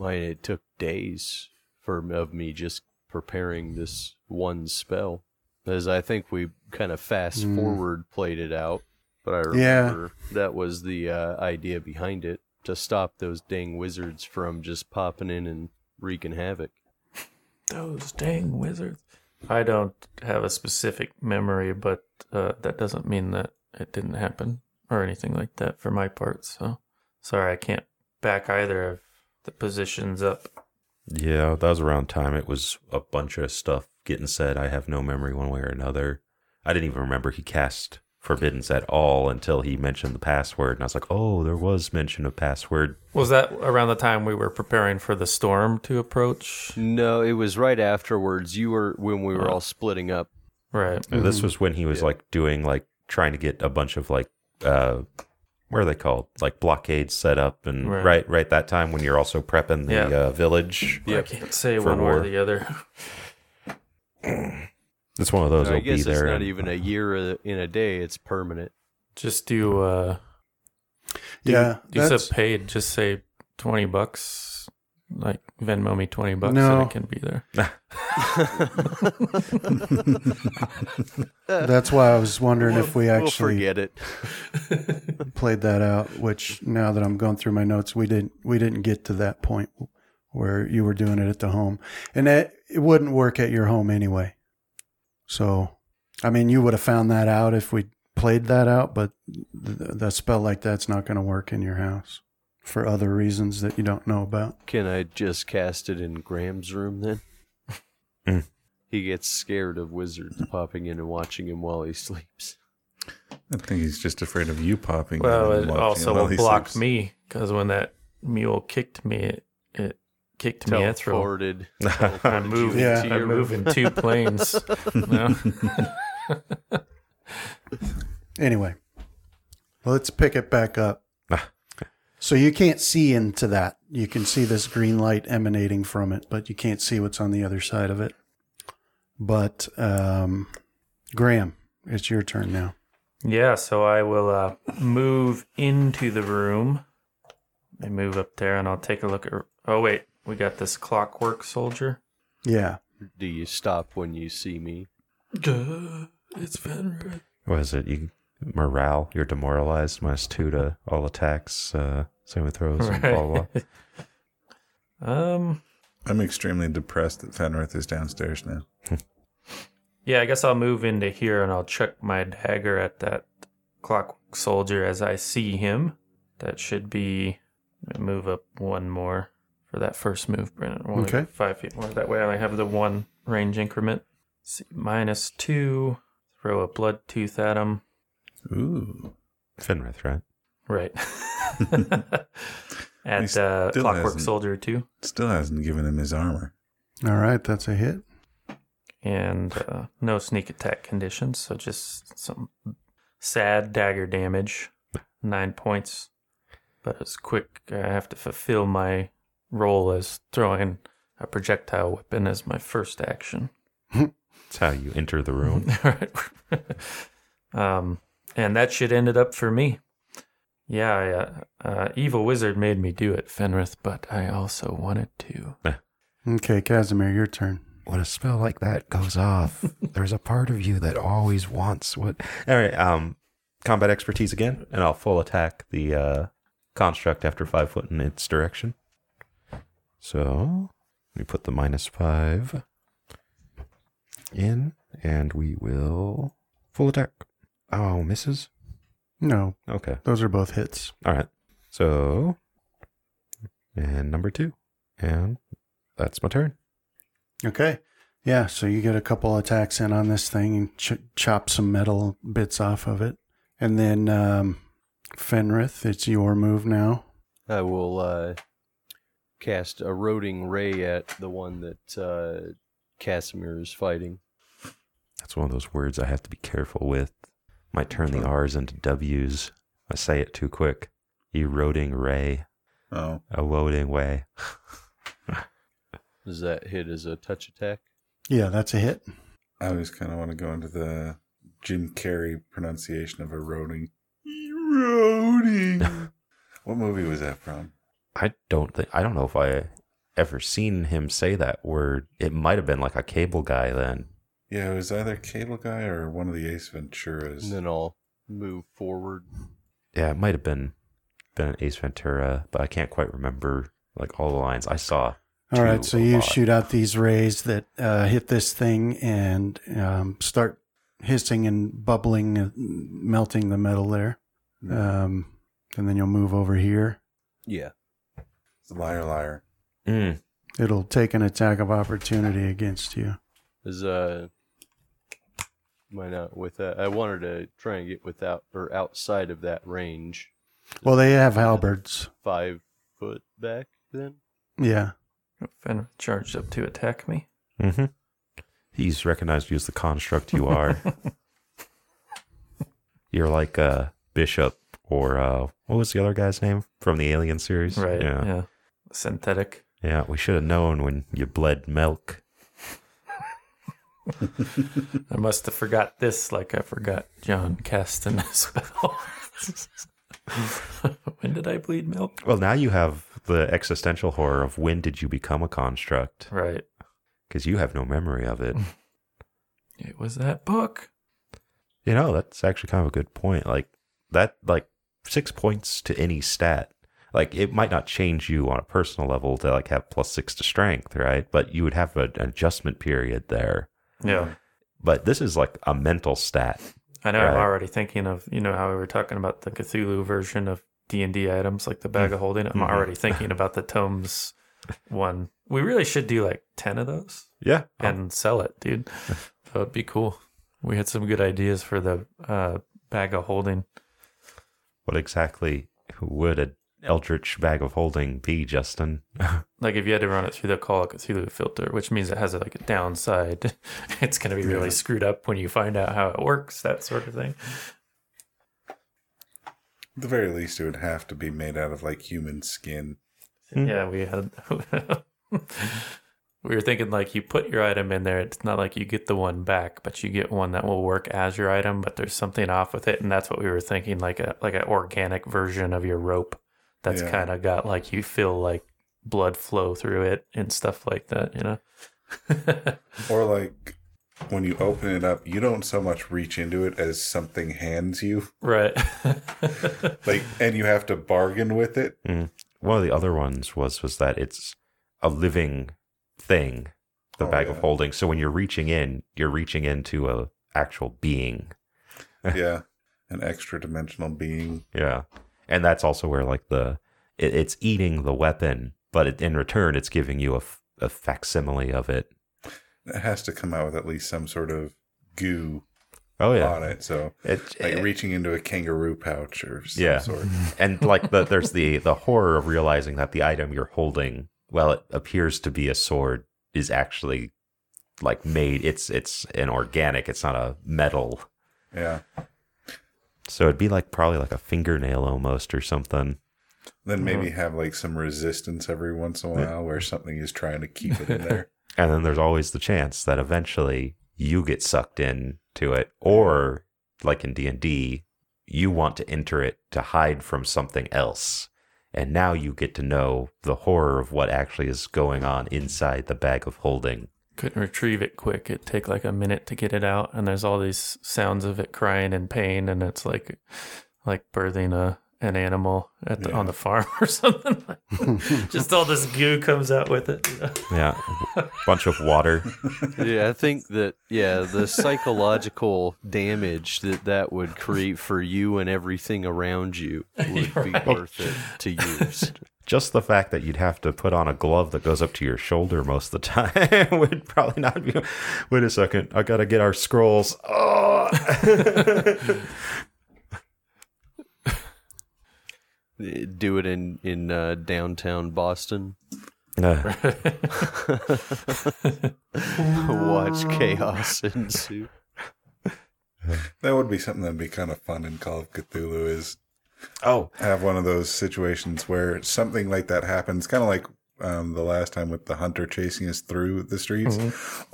S6: I, it took days for of me just preparing this one spell, as I think we kind of fast
S2: Mm.
S6: forward played it out. But I
S2: Yeah.
S6: remember that was the uh, idea behind it to stop those dang wizards from just popping in and wreaking havoc.
S4: Those dang wizards. I don't have a specific memory, but uh, that doesn't mean that it didn't happen or anything like that for my part. So sorry, I can't back either of the positions up.
S3: Yeah, that was around time. It was a bunch of stuff getting said. I have no memory one way or another. I didn't even remember he cast Forbiddens at all until he mentioned the password, and I was like, "Oh, there was mention of password."
S4: Was that around the time we were preparing for the storm to approach?
S6: No, it was right afterwards. You were when we were
S4: Oh.
S6: all splitting up.
S4: Right.
S3: And This was when he was
S6: Mm-hmm. Yeah.
S3: like doing like trying to get a bunch of like uh, where are they called like blockades set up, and
S4: Right.
S3: right right, that time when you're also prepping the
S4: Yeah.
S3: uh, village.
S4: I can't say
S3: For
S4: one way or
S3: war.
S4: the other.
S3: It's one of those.
S6: No, I
S3: that'll
S6: guess
S3: be
S6: it's
S3: there
S6: not
S3: in-
S6: even a year uh, in a day. It's permanent.
S4: Just do uh
S2: Yeah,
S4: you said
S2: that's-
S4: paid, just say twenty bucks. Like Venmo me twenty bucks
S2: No.
S4: and it can be there.
S2: That's why I was wondering if we
S6: We'll-
S2: actually
S6: we'll forget it.
S2: played that out. Which now that I'm going through my notes, we didn't we didn't get to that point where you were doing it at the home, and it it wouldn't work at your home anyway. So, I mean, you would have found that out if we played that out, but th- that spell like that's not going to work in your house for other reasons that you don't know about.
S6: Can I just cast it in Graham's room then?
S3: Mm.
S6: he gets scared of wizards popping in and watching him while he sleeps.
S5: I think he's just afraid of you popping. in
S4: Well,
S5: and
S4: it
S5: watching
S4: also
S5: him while
S4: will
S5: he
S4: block
S5: sleeps.
S4: me because when that mule kicked me, it, it kicked me at through.
S6: Teleported.
S4: I
S6: teleported
S4: move,
S6: you
S2: Yeah.
S6: into
S4: I
S6: your
S4: move
S6: room.
S4: in two planes. No.
S2: Anyway, let's pick it back up. so you can't see into that. You can see this green light emanating from it, but you can't see what's on the other side of it. But um, Graham, it's your turn now.
S4: Yeah, so I will uh, move into the room. I move up there and I'll take a look at. Oh, wait, we got this clockwork soldier.
S2: Yeah.
S6: Do you stop when you see me?
S4: Duh, it's Fenrir.
S3: What is it? You morale. You're demoralized. Minus two to all attacks, uh, saving throws, and blah blah. blah.
S4: Um,
S5: I'm extremely depressed that Fenrith is downstairs now.
S4: yeah, I guess I'll move into here and I'll chuck my dagger at that clockwork soldier as I see him. That should be move up one more for that first move, Brennan. One
S2: Okay.
S4: Five feet more. That way I only have the one range increment. Let's see, minus two. Throw a blood tooth at him.
S5: Ooh,
S3: Finrith, right?
S4: Right. at
S5: He
S4: uh,
S5: still
S4: Clockwork
S5: hasn't-
S4: Soldier 2.
S5: still hasn't given him his armor.
S2: All right. That's a hit.
S4: And uh, no sneak attack conditions, so just some sad dagger damage. Nine points. But it's quick. I have to fulfill my role as throwing a projectile weapon as my first action.
S3: That's how you enter the room.
S4: um, and that shit ended up for me. Yeah, I, uh, uh, evil wizard made me do it, Fenrith, but I also wanted to.
S2: Okay, Casimir, your turn.
S1: When a spell like that goes off, there's a part of you that always wants what.
S3: All right, um, combat expertise again, and I'll full attack the uh, construct after five foot in its direction. So we put the minus five in, and we will full attack. Oh, misses.
S2: No,
S3: Okay,
S2: those are both hits.
S3: all right. So and number two, and that's my turn.
S2: Okay. Yeah. So you get a couple attacks in on this thing and ch- chop some metal bits off of it. And then um, Fenrith, it's your move now.
S6: I will uh, cast a roding ray at the one that uh, Casimir is fighting.
S3: That's one of those words I have to be careful with. Might turn the R's into W's. I say it too quick. Eroding ray.
S5: Oh,
S3: A loading way.
S6: Does that hit as a touch attack?
S2: Yeah, that's a hit.
S5: I always kind of want to go into the Jim Carrey pronunciation of eroding. Eroding. what movie was that from?
S3: I don't think I don't know if I ever seen him say that word. It might have been like a cable guy then.
S5: Yeah, it was either Cable Guy or one of the Ace Venturas.
S6: And then I'll move forward.
S3: Yeah, it might have been been an Ace Ventura, but I can't quite remember like all the lines I saw.
S2: All right,
S3: to
S2: so
S3: a
S2: you
S3: lot.
S2: shoot out these rays that uh, hit this thing and um, start hissing and bubbling, uh, melting the metal there. Um, and then you'll move over here.
S6: Yeah.
S5: It's a liar, liar.
S3: Mm.
S2: It'll take an attack of opportunity against you.
S6: Is uh, why not with that? I wanted to try and get without or outside of that range.
S2: Well, they have halberds.
S6: Five foot back then.
S2: Yeah.
S4: Fenrir charged up to attack me. Mm-hmm.
S3: hmm He's recognized you as the construct you are. You're like uh, Bishop or uh, what was the other guy's name from the Alien series?
S4: Right.
S3: Yeah.
S4: Yeah.
S3: Yeah.
S4: Synthetic.
S3: we should have known when you bled milk.
S4: I must have forgot this, like I forgot John Caston as well. when did I bleed milk?
S3: Well, now you have the existential horror of when did you become a construct?
S4: Right.
S3: Because you have no memory of it.
S4: It was that book.
S3: You know, that's actually kind of a good point. Like that, like six points to any stat. Like it might not change you on a personal level to like have plus six to strength, right? But you would have an adjustment period there.
S4: Yeah.
S3: But this is like a mental stat.
S4: I know I'm
S3: Right.
S4: already thinking of, you know, how we were talking about the Cthulhu version of D&D items, like the bag of holding. I'm
S3: Mhm.
S4: already thinking about the tomes one. We really should do like 10 of those.
S3: Yeah. um,
S4: and sell it, dude. that would be cool. We had some good ideas for the uh, bag of holding.
S3: what exactly would an eldritch bag of holding be, Justin?
S4: Like if you had to run it through the Call of Cthulhu filter, which means it has like a downside. it's going to be really screwed up when you find out how it works, that sort of thing.
S5: At the very least, it would have to be made out of like human skin.
S4: Yeah, we had. we were thinking like you put your item in there. It's not like you get the one back, but you get one that will work as your item. But there's something off with it, and that's what we were thinking like a like an organic version of your rope that's
S5: Yeah.
S4: kind of got like you feel like blood flow through it and stuff like that. You know.
S5: Or like when you open it up, you don't so much reach into it as something hands you.
S4: right.
S5: Like, and you have to bargain with it.
S3: One of the other ones was was that it's a living thing, the
S5: Oh,
S3: bag of
S5: yeah.
S3: holding. So when you're reaching in, you're reaching into a actual being.
S5: yeah. An extra dimensional being.
S3: Yeah, and that's also where like the it, it's eating the weapon, but it, in return, it's giving you a, f- a facsimile of it.
S5: It has to come out with at least some sort of goo
S3: Oh yeah,
S5: on it. So,
S3: it,
S5: like
S3: it-
S5: reaching into a kangaroo pouch or some
S3: Yeah.
S5: sort.
S3: and like the, there's the the horror of realizing that the item you're holding, while it appears to be a sword, is actually like made. It's it's an organic. It's not a metal.
S5: Yeah.
S3: So it'd be like probably like a fingernail almost or something.
S5: Then maybe
S3: Uh-huh.
S5: have like some resistance every once in a while where something is trying to keep it in there.
S3: And then there's always the chance that eventually you get sucked in to it, or like in D and D, you want to enter it to hide from something else. And now you get to know the horror of what actually is going on inside the bag of holding.
S4: Couldn't retrieve it quick. It'd take like a minute to get it out, and there's all these sounds of it crying in pain, and it's like like birthing a an animal at the, on the farm or something. Just all this goo comes out with it. you know?
S3: Yeah, bunch of water.
S6: yeah, I think that yeah, the psychological damage that that would create for you and everything around you would be worth it to use.
S3: Just the fact that you'd have to put on a glove that goes up to your shoulder most of the time would probably not be. Wait a second, I gotta get our scrolls. Oh.
S6: Do it in in uh, downtown Boston.
S3: Uh,
S6: Watch chaos ensue.
S5: That would be something that'd be kind of fun in Call of Cthulhu is
S3: oh,
S5: have one of those situations where something like that happens, kind of like um, the last time with the hunter chasing us through the streets.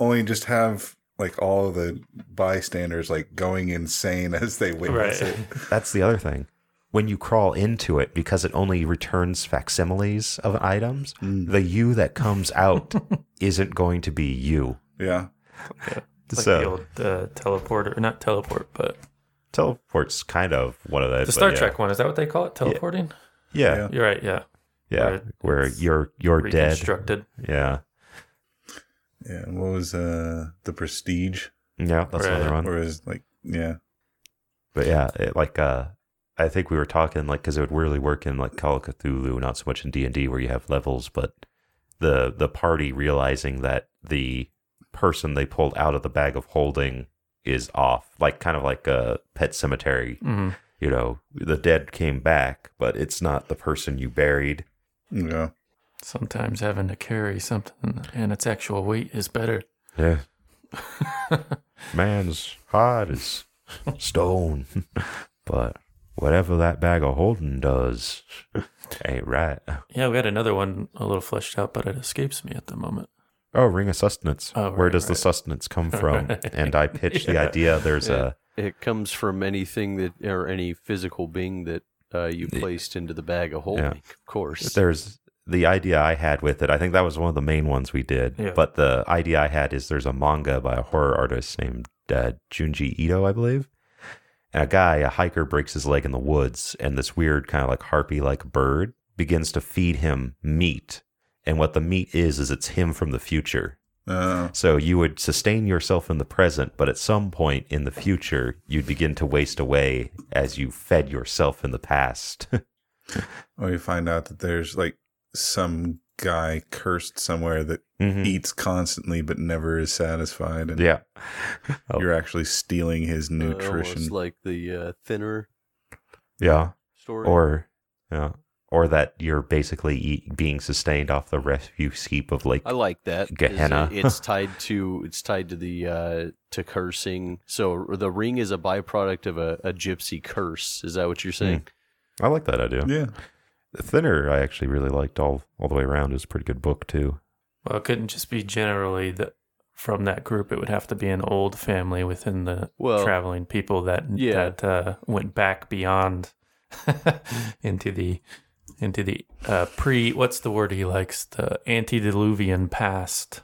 S5: Only just have like all the bystanders like going insane as they witness
S4: Right.
S5: it.
S3: That's the other thing. When you crawl into it, because it only returns facsimiles of items, the you that comes out isn't going to be you.
S5: Yeah,
S4: It's like the
S3: so
S4: old uh, teleporter, not teleport, but
S3: teleport's kind of one of those.
S4: the
S3: but
S4: Star
S3: yeah.
S4: Trek one. Is that what they call it? Teleporting?
S3: Yeah.
S5: Yeah.
S4: You're right. Yeah.
S3: Yeah,
S4: Right.
S3: where
S4: It's
S3: you're you're dead.
S4: reconstructed.
S3: Yeah,
S5: Yeah, and what was uh the prestige?
S3: yeah, that's another
S4: Right.
S3: one.
S5: Or is like yeah,
S3: But yeah, it, like uh, I think we were talking like because it would really work in like Call of Cthulhu, not so much in D and D where you have levels, but the the party realizing that the person they pulled out of the bag of holding is off, like kind of like a pet cemetery.
S4: hmm
S3: You know, the dead came back, but it's not the person you buried.
S5: yeah.
S4: Sometimes having to carry something and its actual weight is better.
S3: Yeah, man's heart is stone, but whatever that bag of holding does, ain't right.
S4: yeah, we had another one a little fleshed out, but it escapes me at the moment.
S3: Oh, ring of sustenance.
S4: Oh,
S3: Where
S4: right,
S3: does the
S4: right.
S3: sustenance come from? And I pitched the
S4: Yeah.
S3: idea there's a
S6: It comes from anything that, or any physical being that uh, you placed into the bag of holding, of course.
S3: there's the idea I had with it. I think that was one of the main ones we did.
S4: Yeah.
S3: But the idea I had is there's a manga by a horror artist named uh, Junji Ito, I believe. And a guy, a hiker, breaks his leg in the woods, and this weird kind of like harpy like bird begins to feed him meat. And what the meat is, is it's him from the future.
S5: Uh,
S3: So you would sustain yourself in the present, but at some point in the future, you'd begin to waste away as you fed yourself in the past.
S5: or you find out that there's like some guy cursed somewhere that
S3: Hmm.
S5: eats constantly but never is satisfied, and
S3: Mm-hmm. Yeah. Oh.
S5: you're actually stealing his
S6: Uh,
S5: nutrition.
S6: almost like the uh, thinner
S3: Yeah.
S6: story.
S3: Or, yeah. Or that you're basically eat, being sustained off the refuse heap of like,
S6: I like that. 'cause
S3: Gehenna.
S6: it- It's tied to it's tied to the uh, to cursing. So the ring is a byproduct of a, a gypsy curse. Is that what
S3: Hmm.
S6: you're saying?
S3: I like that idea.
S5: yeah,
S3: Thinner, I actually really liked all all the way around. Is a pretty good book too.
S4: Well, it couldn't just be generally the, from that group. It would have to be an old family within the
S6: Well,
S4: traveling people that
S6: Yeah.
S4: that uh, went back beyond into the into the uh, pre. What's the word he likes? The antediluvian past.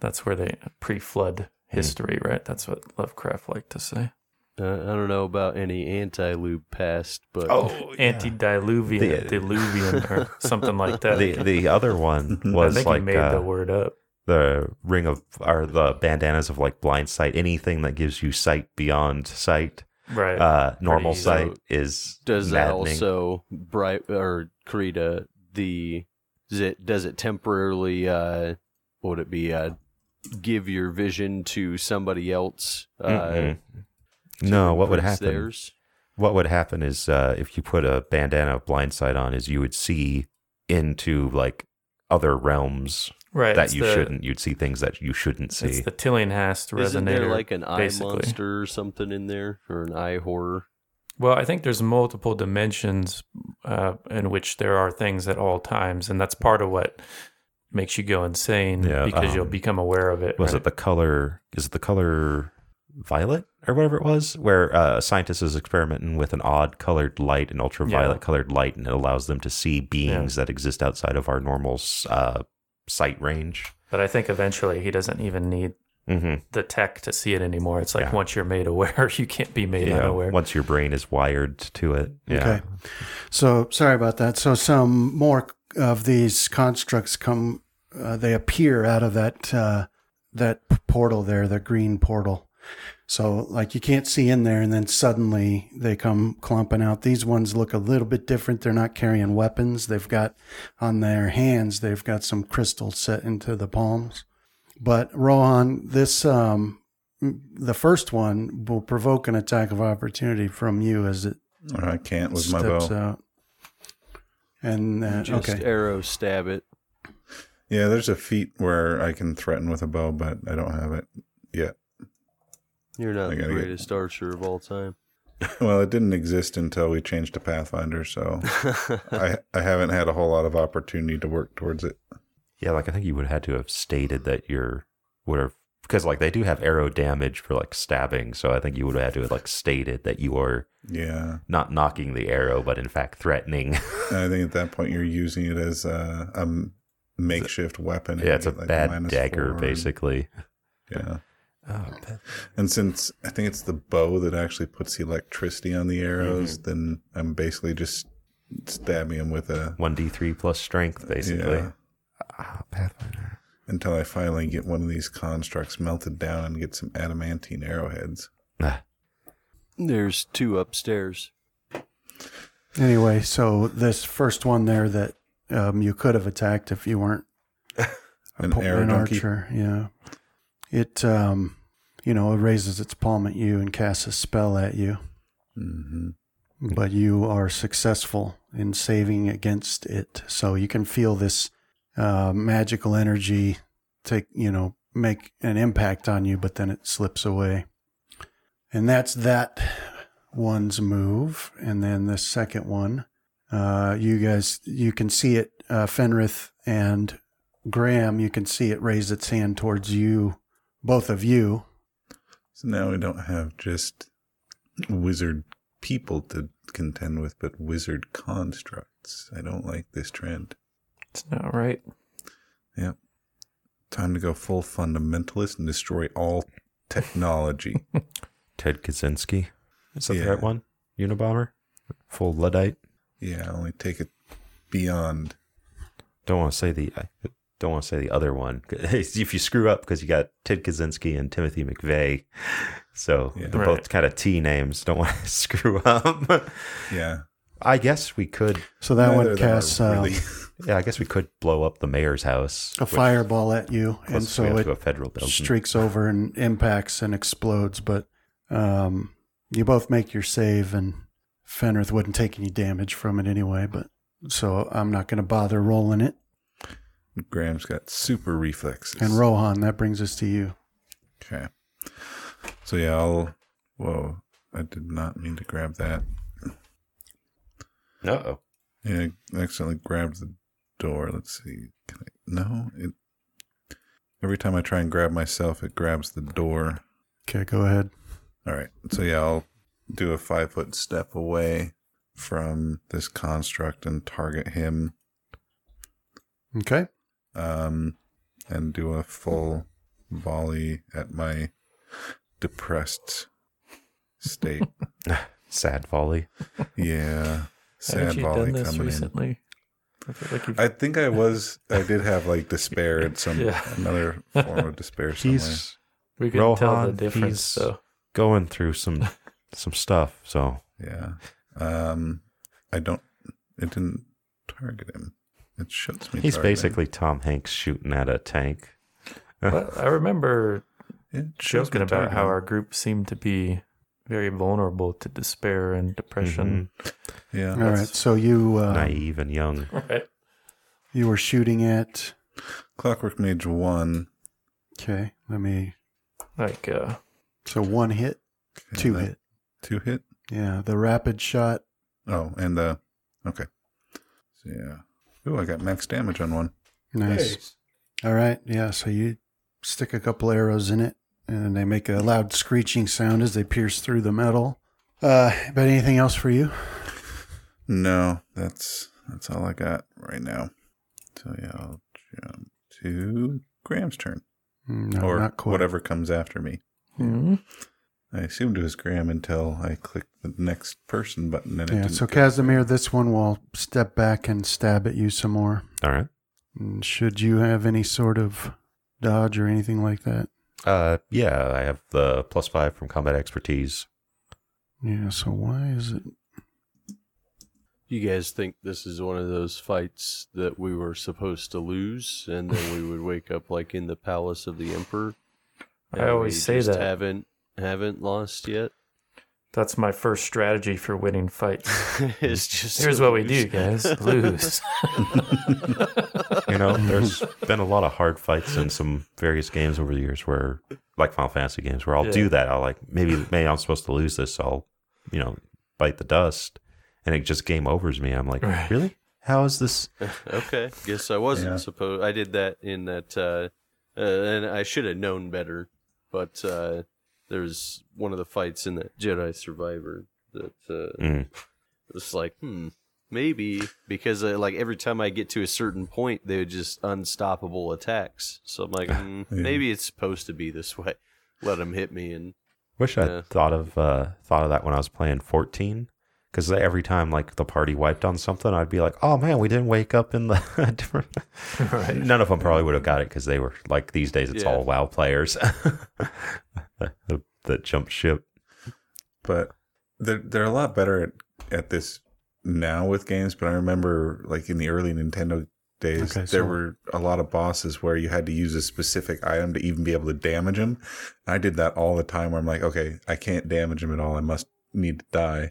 S4: That's where they pre-flood
S3: Hmm.
S4: history, right? That's what Lovecraft liked to say.
S6: Uh, I don't know about any anti-lube past, but
S3: Oh,
S4: Oh, Antediluvian,
S3: The- uh,
S4: diluvian, or something like that.
S3: The the other one
S4: I
S3: was
S4: think
S3: like
S4: he made
S3: uh,
S4: the word up.
S3: the ring of or the bandanas of like blind sight, anything that gives you sight beyond sight.
S4: Right.
S3: Uh, normal
S4: Pretty-
S3: sight is
S6: does that
S3: maddening.
S6: also bright or create a the does it does it temporarily uh, what would it be uh, give your vision to somebody else? Uh,
S3: Mm-mm.
S6: to
S3: no, what would
S6: impress
S3: happen?
S6: Theirs?
S3: What would happen is uh, if you put a bandana of blind sight on, is you would see into like other realms
S4: right.
S3: that
S4: it's
S3: you
S4: the-
S3: shouldn't. You'd see things that you shouldn't
S4: It's
S3: see.
S4: the Tillinghast resonator.
S6: Isn't there like an eye
S4: basically.
S6: monster or something in there, or an eye horror?
S4: Well, I think there's multiple dimensions uh, in which there are things at all times, and that's part of what makes you go insane
S3: Yeah,
S4: because you'll
S3: um,
S4: become aware of it.
S3: was
S4: right?
S3: it the color? Is it the color violet or whatever it was? Where uh, a scientist is experimenting with an odd colored light, an ultraviolet
S4: Yeah.
S3: colored light, and it allows them to see beings that exist outside of our normal uh, sight range.
S4: But I think eventually he doesn't even need
S3: Mm-hmm.
S4: the tech to see it anymore. It's like
S3: Yeah.
S4: once you're made aware, you can't be made
S3: Yeah,
S4: unaware.
S3: once your brain is wired to it.
S2: Okay.
S3: Yeah.
S2: So sorry about that. So some more of these constructs come. Uh, they appear out of that uh, that p- portal there, the green portal. So like you can't see in there, and then suddenly they come clumping out. These ones look a little bit different. They're not carrying weapons. They've got on their hands. They've got some crystals set into the palms. But Rohan, this um, the first one will provoke an attack of opportunity from you as it
S5: Or I can't with my bow.
S2: steps out. And uh,
S6: Just
S2: okay,
S6: arrow stab it.
S5: Yeah, there's a feat where I can threaten with a bow, but I don't have it yet.
S6: You're not
S5: I
S6: the
S5: gotta get-
S6: greatest archer of all time.
S5: Well, it didn't exist until we changed to Pathfinder, so I I haven't had a whole lot of opportunity to work towards it.
S3: Yeah, like I think you would have had to have stated that you're would have because like they do have arrow damage for like stabbing, so I think you would have had to have like stated that you are
S5: Yeah,
S3: not knocking the arrow, but in fact threatening.
S5: And I think at that point you're using it as a, a makeshift weapon.
S3: yeah, it's
S5: You
S3: a
S5: get, like,
S3: bad
S5: minus
S3: dagger,
S5: four and-
S3: basically.
S5: Yeah,
S3: Oh,
S5: and since I think it's the bow that actually puts the electricity on the arrows, then I'm basically just stabbing him with a
S3: 1d3 plus strength, basically.
S5: Yeah.
S1: Ah, Pathfinder.
S5: until I finally get one of these constructs melted down and get some adamantine arrowheads.
S3: Ah,
S6: There's two upstairs.
S2: Anyway, so this first one there that um, you could have attacked if you weren't a
S5: An
S2: po-
S5: arrow donkey.
S2: archer. Yeah, it um, you know it raises its palm at you and casts a spell at you,
S5: hmm
S2: but you are successful in saving against it. So you can feel this uh, magical energy take you know make an impact on you, but then it slips away, and that's that one's move, and then the second one. Uh, you guys, you can see it, uh, Fenrith and Graham. You can see it raise its hand towards you, both of you.
S5: So now we don't have just wizard people to contend with, but wizard constructs. I don't like this trend.
S4: It's not right.
S5: Yep. Time to go full fundamentalist and destroy all technology.
S3: Ted Kaczynski. Is that
S5: Yeah.
S3: the right one? Unabomber? Full Luddite?
S5: yeah, only take it beyond.
S3: Don't want to say the. I don't want to say the other one. if you screw up, because you got Ted Kaczynski and Timothy McVeigh, so
S5: Yeah.
S3: they're
S4: Right.
S3: both kind of T names. Don't want to screw up.
S5: Yeah.
S3: I guess we could.
S2: So that
S5: Neither
S2: one
S5: of them are
S2: casts um,
S5: really-
S3: Yeah, I guess we could blow up the mayor's house.
S2: a
S3: which-
S2: fireball at you,
S3: plus
S2: and
S3: we
S2: so
S3: have
S2: it
S3: to a federal building.
S2: streaks over and impacts and explodes. But um, you both make your save, and Fenrith wouldn't take any damage from it anyway. But so I'm not going to bother rolling it.
S5: Graham's got super reflexes.
S2: And Rohan, that brings us to you.
S5: Okay. So yeah, I'll. Whoa, I did not mean to grab that.
S3: Uh oh.
S5: Yeah, I accidentally grabbed the door. Let's see. Can I, no, it. Every time I try and grab myself, it grabs the door.
S2: Okay, go ahead.
S5: All right. So yeah, I'll do a five foot step away from this construct and target him.
S2: Okay,
S5: Um, and do a full volley at my depressed state.
S3: Sad volley.
S5: Yeah.
S4: Haven't
S5: Sad
S4: you
S5: volley
S4: done this
S5: coming in.
S4: recently? I feel like you've
S5: I think I was I did have like despair at some
S4: Yeah.
S5: another form of despair somewhere.
S3: He's
S4: We can tell the
S3: Rohan,
S4: difference.
S3: he's-
S4: So
S3: going through some some stuff. So
S5: Yeah. Um I don't it didn't target him. It shuts me.
S3: he's
S5: targeting.
S3: basically Tom Hanks shooting at a tank.
S4: but I remember
S5: it shows
S4: joking
S5: me
S4: about how
S5: targeting.
S4: our group seemed to be very vulnerable to despair and depression.
S5: Yeah.
S2: all right. So you
S3: Um,
S2: uh,
S3: Naive and young.
S4: Right.
S2: you were shooting at.
S5: Clockwork Mage one.
S2: Okay, let me.
S4: Like uh
S2: So one hit,
S5: Okay,
S2: two
S5: that-
S2: hit.
S5: Two hit?
S2: Yeah, the rapid shot.
S5: Oh, and the okay. So yeah. Ooh, I got max damage on one.
S2: Nice. All right. Yeah. So you stick a couple arrows in it, and they make a loud screeching sound as they pierce through the metal. Uh, but anything else for you?
S5: No, that's that's all I got right now. So yeah, I'll jump to Graham's turn.
S2: No,
S5: or
S2: not quite.
S5: whatever comes after me.
S4: hmm
S5: I assumed it was Graham until I clicked the next person button and it
S2: Yeah.
S5: didn't
S2: So
S5: go.
S2: Casimir, this one will step back and stab at you some more.
S3: All right.
S2: And Should you have any sort of dodge or anything like that?
S3: Uh, yeah, I have the plus five from combat expertise.
S2: Yeah. So why is it?
S6: You guys think this is one of those fights that we were supposed to lose, and then we would wake up like in the palace of the emperor?
S4: I
S6: and
S4: always
S6: we
S4: say
S6: just
S4: that.
S6: Haven't haven't lost yet.
S4: That's my first strategy for winning fights.
S6: it's just
S4: Mm. Here's
S6: to
S4: what we
S6: lose.
S4: do, guys. Lose.
S3: You know, there's been a lot of hard fights in some various games over the years where, like Final Fantasy games, where I'll
S4: Yeah.
S3: do that. I'll like maybe maybe I'm supposed to lose this. So I'll you know bite the dust, and it just game overs me. I'm like,
S4: Right.
S3: really? How is this?
S6: okay. Guess I wasn't
S5: Yeah.
S6: supposed. I did that in that, uh, uh, and I should have known better. But uh, there's one of the fights in that Jedi Survivor that uh,
S3: Mm.
S6: was like, hmm, maybe because uh, like every time I get to a certain point, they're just unstoppable attacks. So I'm like, hmm,
S5: Yeah.
S6: maybe it's supposed to be this way. Let them hit me, and
S3: Wish
S6: Yeah.
S3: I thought of uh, thought of that when I was playing 14 Because every time like the party wiped on something, I'd be like, "Oh man, we didn't wake up in the different."
S4: Right.
S3: None of them probably would have got it because they were like these days. It's
S6: Yeah.
S3: all WoW players that, that jump ship.
S5: but they're they're a lot better at, at this now with games. But I remember like in the early Nintendo days,
S2: Okay,
S5: there
S2: so-
S5: were a lot of bosses where you had to use a specific item to even be able to damage them. I did that all the time. Where I'm like, okay, I can't damage him at all. I must need to die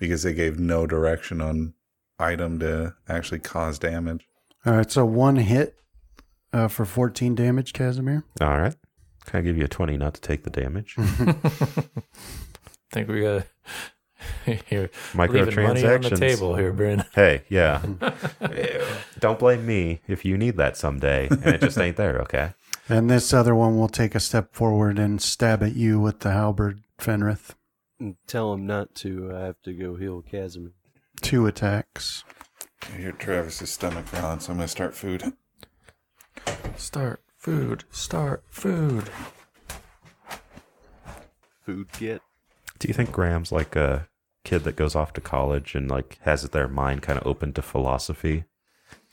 S5: because they gave no direction on item to actually cause damage.
S2: All right, so one hit uh, for 14 damage, Casimir.
S3: All right, can I give you a twenty not to take the damage?
S4: think we got here. Leaving money on the
S3: Microtransactions.
S4: table here, Bryn.
S3: Hey, yeah. Don't blame me if you need that someday and it just ain't there. Okay.
S2: And this other one will take a step forward and stab at you with the halberd, Fenrith.
S6: And tell him not to. I have to go heal Casimir.
S2: Two attacks.
S5: I hear Travis's stomach growling, so I'm gonna start food.
S4: Start food. Start food.
S6: Food get.
S3: Do you think Graham's like a kid that goes off to college and like has their mind kind of open to philosophy,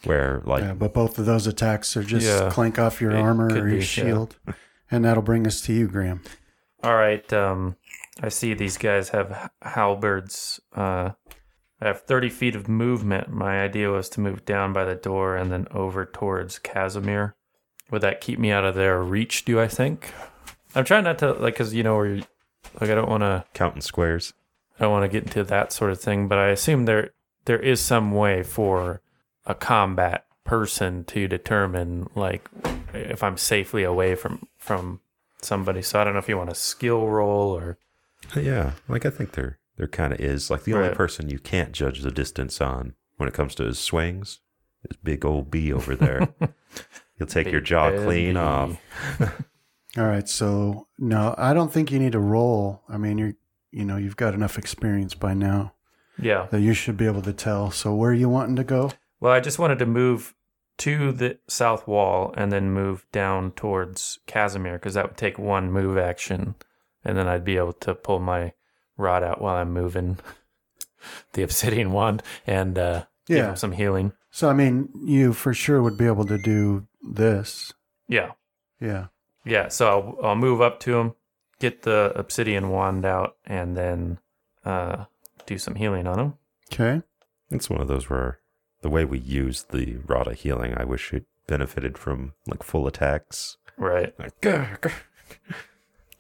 S3: where like
S2: yeah, but both of those attacks are just
S4: Yeah.
S2: clank off your
S4: It
S2: armor
S4: could
S2: or your
S4: be, yeah.
S2: shield. And that'll bring us to you, Graham.
S4: All right. Um, I see these guys have h- halberds. Uh, I have 30 feet of movement. My idea was to move down by the door and then over towards Casimir. Would that keep me out of their reach, do I think? I'm trying not to, like, because, you know, where you, like, I don't want to.
S3: counting squares?
S4: I don't want to get into that sort of thing, but I assume there there is some way for a combat person to determine like if I'm safely away from from somebody. So I don't know if you want a skill roll or
S3: Yeah, like I think there there kind of is. Like the only
S4: Right.
S3: person you can't judge the distance on when it comes to his swings is big old B over there. He'll take your jaw clean off.
S2: All right, so no, I don't think you need to roll. I mean, you're, you know, you've got enough experience by now
S4: Yeah.
S2: that you should be able to tell. So where are you wanting to go?
S4: Well, I just wanted to move to the south wall and then move down towards Casimir because that would take one move action, and then I'd be able to pull my rod out while I'm moving the obsidian wand and uh, give
S2: Yeah.
S4: him some healing.
S2: So I mean, you for sure would be able to do this.
S4: Yeah,
S2: Yeah.
S4: yeah. So I'll, I'll move up to him, get the obsidian wand out, and then uh, do some healing on him.
S2: Okay.
S3: It's one of those where the way we use the Rada healing, I wish it benefited from like full attacks.
S4: Right.
S3: Like, grr, grr.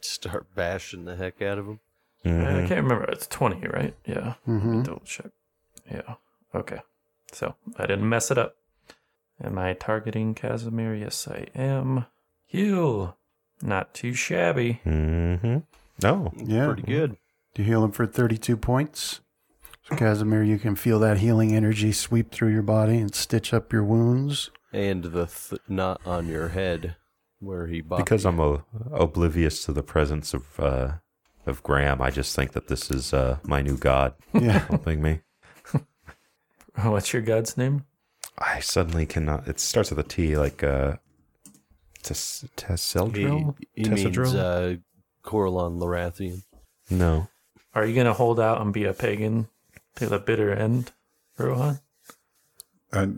S6: Start bashing the heck out of him.
S4: I
S3: Mhm.
S4: can't remember. It's twenty, right? Yeah.
S2: Mm-hmm.
S4: Double check. Yeah. Okay. So I didn't mess it up. Am I targeting Casimir? Yes, I am. Heal. Not too shabby.
S3: Mhm. No,
S2: Yeah.
S6: Pretty good.
S2: You heal him for 32 points. So Casimir, you can feel that healing energy sweep through your body and stitch up your wounds.
S6: And the th- knot on your head where he bopped
S3: because
S6: you.
S3: I'm o- oblivious to the presence of uh, of Graham. I just think that this is uh, my new god
S2: Yeah.
S3: helping me.
S4: What's your god's name?
S3: I suddenly cannot. It starts with a T, like uh, Tess- Tesseldril.
S6: He, he means
S3: Tessadril?
S6: uh, Coralon Lorathian.
S3: no,
S4: Are you gonna hold out and be a pagan to the bitter end, Rohan?
S5: I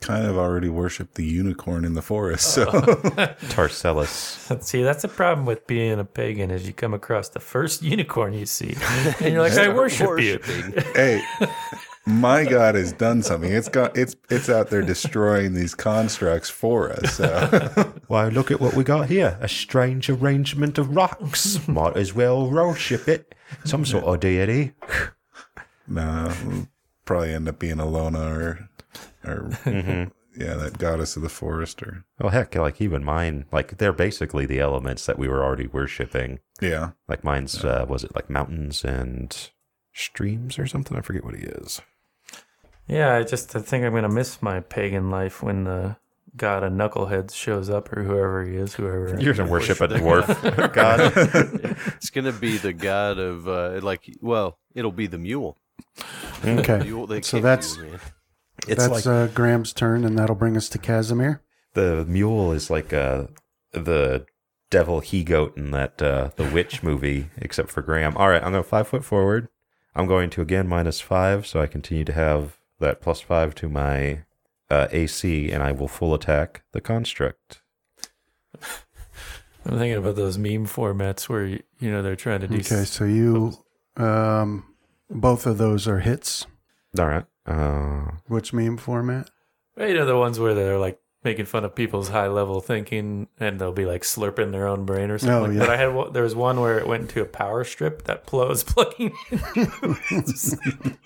S5: kind of already worship the unicorn in the forest, so.
S3: Tarcellus.
S4: See, that's the problem with being a pagan is you come across the first unicorn you see. And you're like, I worship you.
S5: hey my god has done something it's got it's it's out there destroying these constructs for us so
S3: Why, look at what we got here. A strange arrangement of rocks. Might as well worship it. Some sort of deity.
S5: no we'll probably end up being alona or or yeah that goddess of the forest or
S3: Well, heck, like even mine, like they're basically the elements that we were already worshipping.
S5: yeah
S3: Like mine's, uh, was it like mountains and streams or something? I forget what he is.
S4: Yeah, I just I think I'm gonna miss my pagan life when the god of knuckleheads shows up or whoever he is, whoever.
S3: You're gonna worship a dwarf god.
S6: It's going to be the god of, uh, like, well, it'll be the mule.
S2: Okay.
S6: mule they
S2: So
S6: kick
S2: that's-
S6: you, man.
S3: It's
S2: That's uh, Graham's turn, and that'll bring us to Casimir.
S3: the mule is like uh, the devil he goat in that uh, the witch movie, except for Graham. All right, I'm gonna five foot forward. I'm going to again minus five, so I continue to have that plus five to my uh, AC, and I will full attack the construct.
S4: I'm thinking about those meme formats where you know they're trying to do.
S2: Okay, so you, um, both of those are hits.
S3: All right. Uh,
S2: Which meme format?
S4: you know the ones where they're like making fun of people's high level thinking, and they'll be like slurping their own brain or something.
S2: Oh,
S4: like
S2: yeah.
S4: But I had one- there was one where it went into a power strip that Plo was plugging. in. It's like-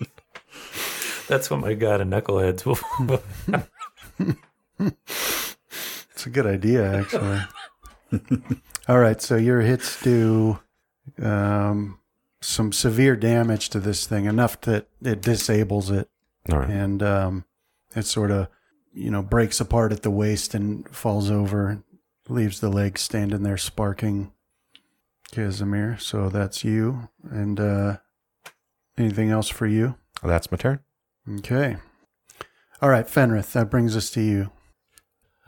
S4: That's what my god and knuckleheads will.
S2: It's a good idea, actually. All right, so your hits do um, some severe damage to this thing, enough that it disables it,
S3: all right.
S2: and um, it sort of, you know, breaks apart at the waist and falls over, leaves the legs standing there sparking. Kazimir, so that's you, and uh, anything else for you?
S3: That's my turn.
S2: Okay. All right, Fenrith, that brings us to you.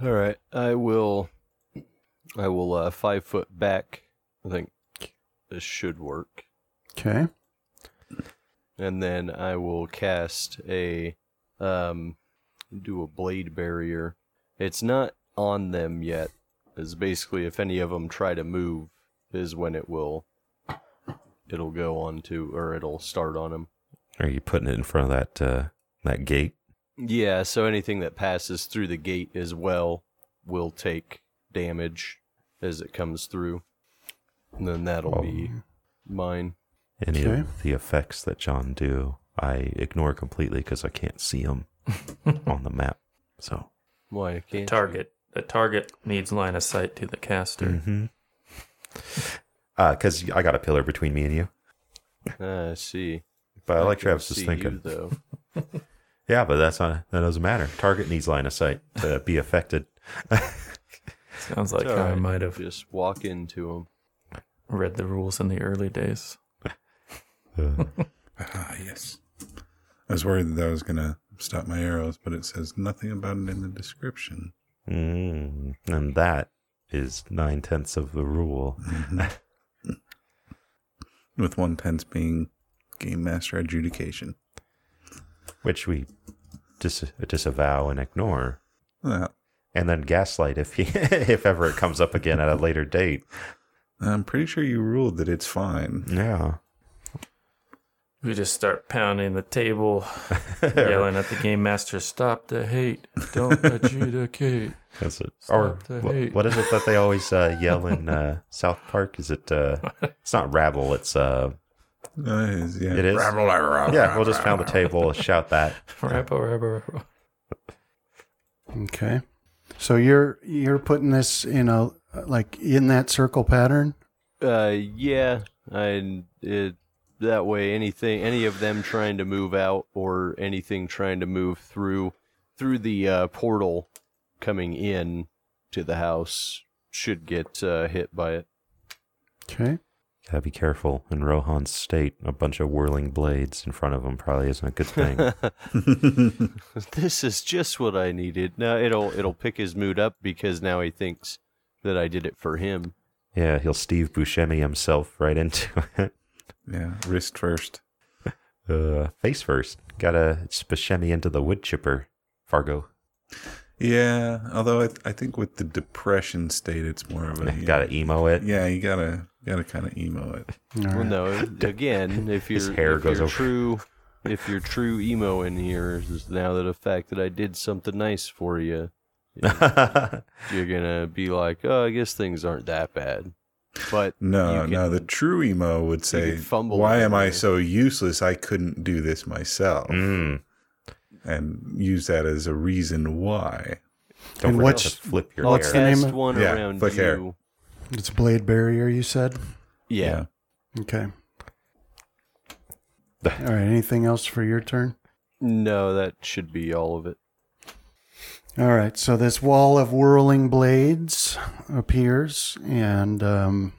S6: All right, I will. I will uh, five foot back. I think this should work,
S2: Okay.
S6: and then I will cast a um, do a blade barrier. It's not on them yet. It's basically if any of them try to move, is when it will. It'll go on to, or it'll start on them.
S3: Are you putting it in front of that uh, that gate?
S6: Yeah, so anything that passes through the gate as well will take damage as it comes through. And then that'll be
S3: Oh.
S6: mine.
S3: Any
S2: Okay.
S3: of the effects that John do, I ignore completely because I can't see them on the map. So.
S6: Why can't you?
S4: target. The target needs line of sight to the caster.
S2: Mm.
S3: Because uh, I got a pillar between me and you.
S6: Ah, I see.
S3: But I like
S6: can
S3: Travis's
S6: see
S3: thinking.
S6: you, though.
S3: Yeah, but that's not that doesn't matter. Target needs line of sight to be affected.
S4: Sounds like
S6: It's all
S4: how I
S6: right.
S4: might have
S6: Just walk into him.
S4: read the rules in the early days.
S5: Ah, yes. I was worried that that was going to stop my arrows, but it says nothing about it in the description.
S3: Mm, and that is nine tenths of the rule.
S5: With one tense being game master adjudication.
S3: which we dis- disavow and ignore,
S5: Well,
S3: and then gaslight if he, if ever it comes up again at a later date.
S5: I'm pretty sure you ruled that it's fine.
S3: Yeah,
S4: We just start pounding the table, yelling at the game master, stop the hate, don't adjudicate.
S3: that's it.
S4: Stop
S3: or
S4: the
S3: wha-
S4: hate.
S3: what is it that they always uh, yell in uh, South Park? Is it? Uh, it's not rabble. It's uh,
S5: Uh, yeah.
S3: it is.
S5: Oh,
S3: Yeah, we'll just pound the table, shout that.
S4: Rabble, rabble, rabble.
S2: Okay. So you're you're putting this in a like in that circle pattern.
S6: Uh, yeah. And it, that way, anything, any of them trying to move out or anything trying to move through, through the uh, portal coming in to the house should get uh, hit by it.
S2: Okay.
S3: Gotta be careful. In Rohan's state, a bunch of whirling blades in front of him probably isn't a good thing.
S6: this is just what I needed. No, it'll it'll pick his mood up because now he thinks that I did it for him.
S3: yeah, he'll Steve Buscemi himself right into it.
S5: Yeah, wrist first.
S3: Uh, face first. Gotta Buscemi into the wood chipper. Fargo.
S5: Yeah, although I, th- I think with the depression state, it's more of a.
S3: Gotta emo it.
S5: Yeah, you gotta gotta kind of emo it.
S2: All
S6: Well,
S2: right.
S6: no, again, if you're,
S3: His hair
S6: if
S3: goes
S6: you're
S3: over.
S6: true, if you're true emo in here is now that the fact that I did something nice for you, you're gonna be like, oh, I guess things aren't that bad. But
S5: No,
S6: You
S5: no. The true emo would say,
S6: could fumble
S5: "Why
S6: it
S5: am I
S6: later."
S5: so useless? I couldn't do this myself,"
S3: Mm.
S5: and use that as a reason why.
S3: Don't forget
S2: what's-
S3: to flip your
S6: I'll
S2: what's the
S3: hair.
S2: name
S6: cast
S2: of-
S6: one
S5: Yeah,
S6: around
S5: flick
S6: you.
S5: hair.
S2: It's blade barrier. You said.
S6: yeah.
S2: Okay. All right. Anything else for your turn?
S6: No, that should be all of it.
S2: All right. So this wall of whirling blades appears and um,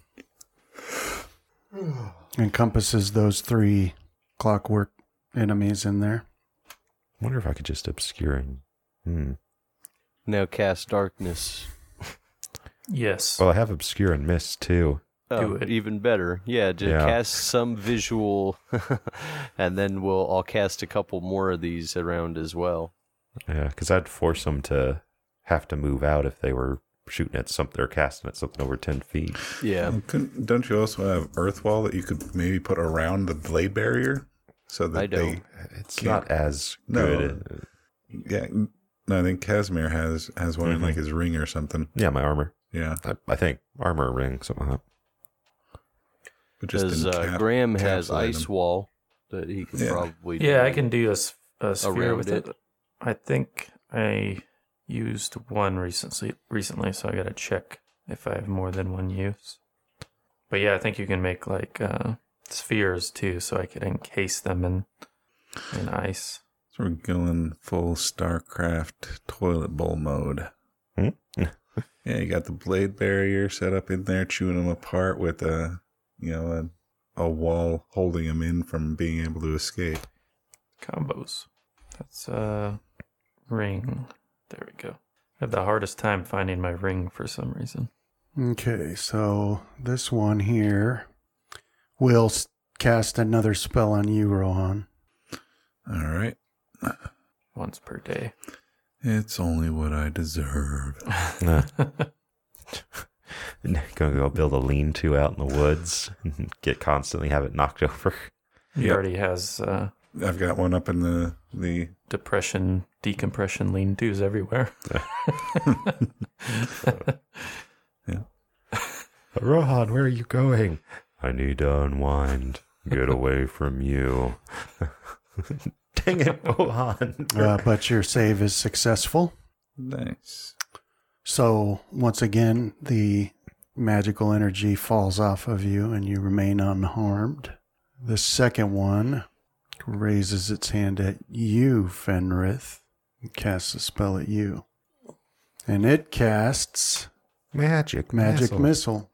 S2: encompasses those three clockwork enemies in there.
S3: wonder if I could just obscure him. Hmm.
S6: Now cast darkness.
S4: Yes.
S3: Well, I have obscure and mist too.
S4: do it.
S6: Oh, even better. Yeah, just
S3: Yeah.
S6: cast some visual, and then we'll I'll cast a couple more of these around as well.
S3: Yeah, because uh, I'd force them to have to move out if they were shooting at something or casting at something over 10 feet.
S6: Yeah,
S5: Um, couldn't, don't you also have earth wall that you could maybe put around the blade barrier so that
S6: I
S5: they
S6: don't.
S3: It's
S5: Can't-
S3: not as
S5: No.
S3: good. uh,
S5: yeah no I think Casimir has has one
S6: Mm-hmm.
S5: in like his ring or something
S3: Yeah, my armor.
S5: yeah
S3: I, I think armor ring, something like
S5: but just
S6: because
S5: in
S6: uh,
S5: cap-
S6: Graham has
S5: capsulating
S6: ice
S5: them.
S6: wall that he could
S5: Yeah.
S6: probably.
S4: Yeah,
S6: do
S4: I can do a, s- a sphere
S6: around
S4: with it.
S6: it.
S4: I think I used one recently, recently, so I gotta check if I have more than one use. But yeah, I think you can make like uh, spheres too, so I could encase them in in ice.
S5: so we're going full Starcraft toilet bowl mode
S3: Hmm?
S5: yeah you got the blade barrier set up in there chewing them apart with a you know a, a wall holding them in from being able to escape
S4: Combos. That's uh, ring. There we go. I have the hardest time finding my ring for some reason.
S2: Okay, so this one here will s- cast another spell on you, Rohan.
S5: all right
S4: Once per day.
S5: it's only what I deserve
S3: that. Nah. Gonna go build a lean to out in the woods and get constantly have it knocked over.
S4: He
S5: Yep.
S4: already has uh,
S5: I've got one up in the the
S4: depression, decompression, lean tos everywhere.
S3: Rohan, where are you going? I need to unwind. Get away from you. Dang it, Rohan.
S2: Uh, but your save is successful.
S5: nice.
S2: So once again, the magical energy falls off of you and you remain unharmed. The second one raises its hand at you, Fenrith, and casts a spell at you. And it casts
S1: Magic.
S2: Magic
S1: missile.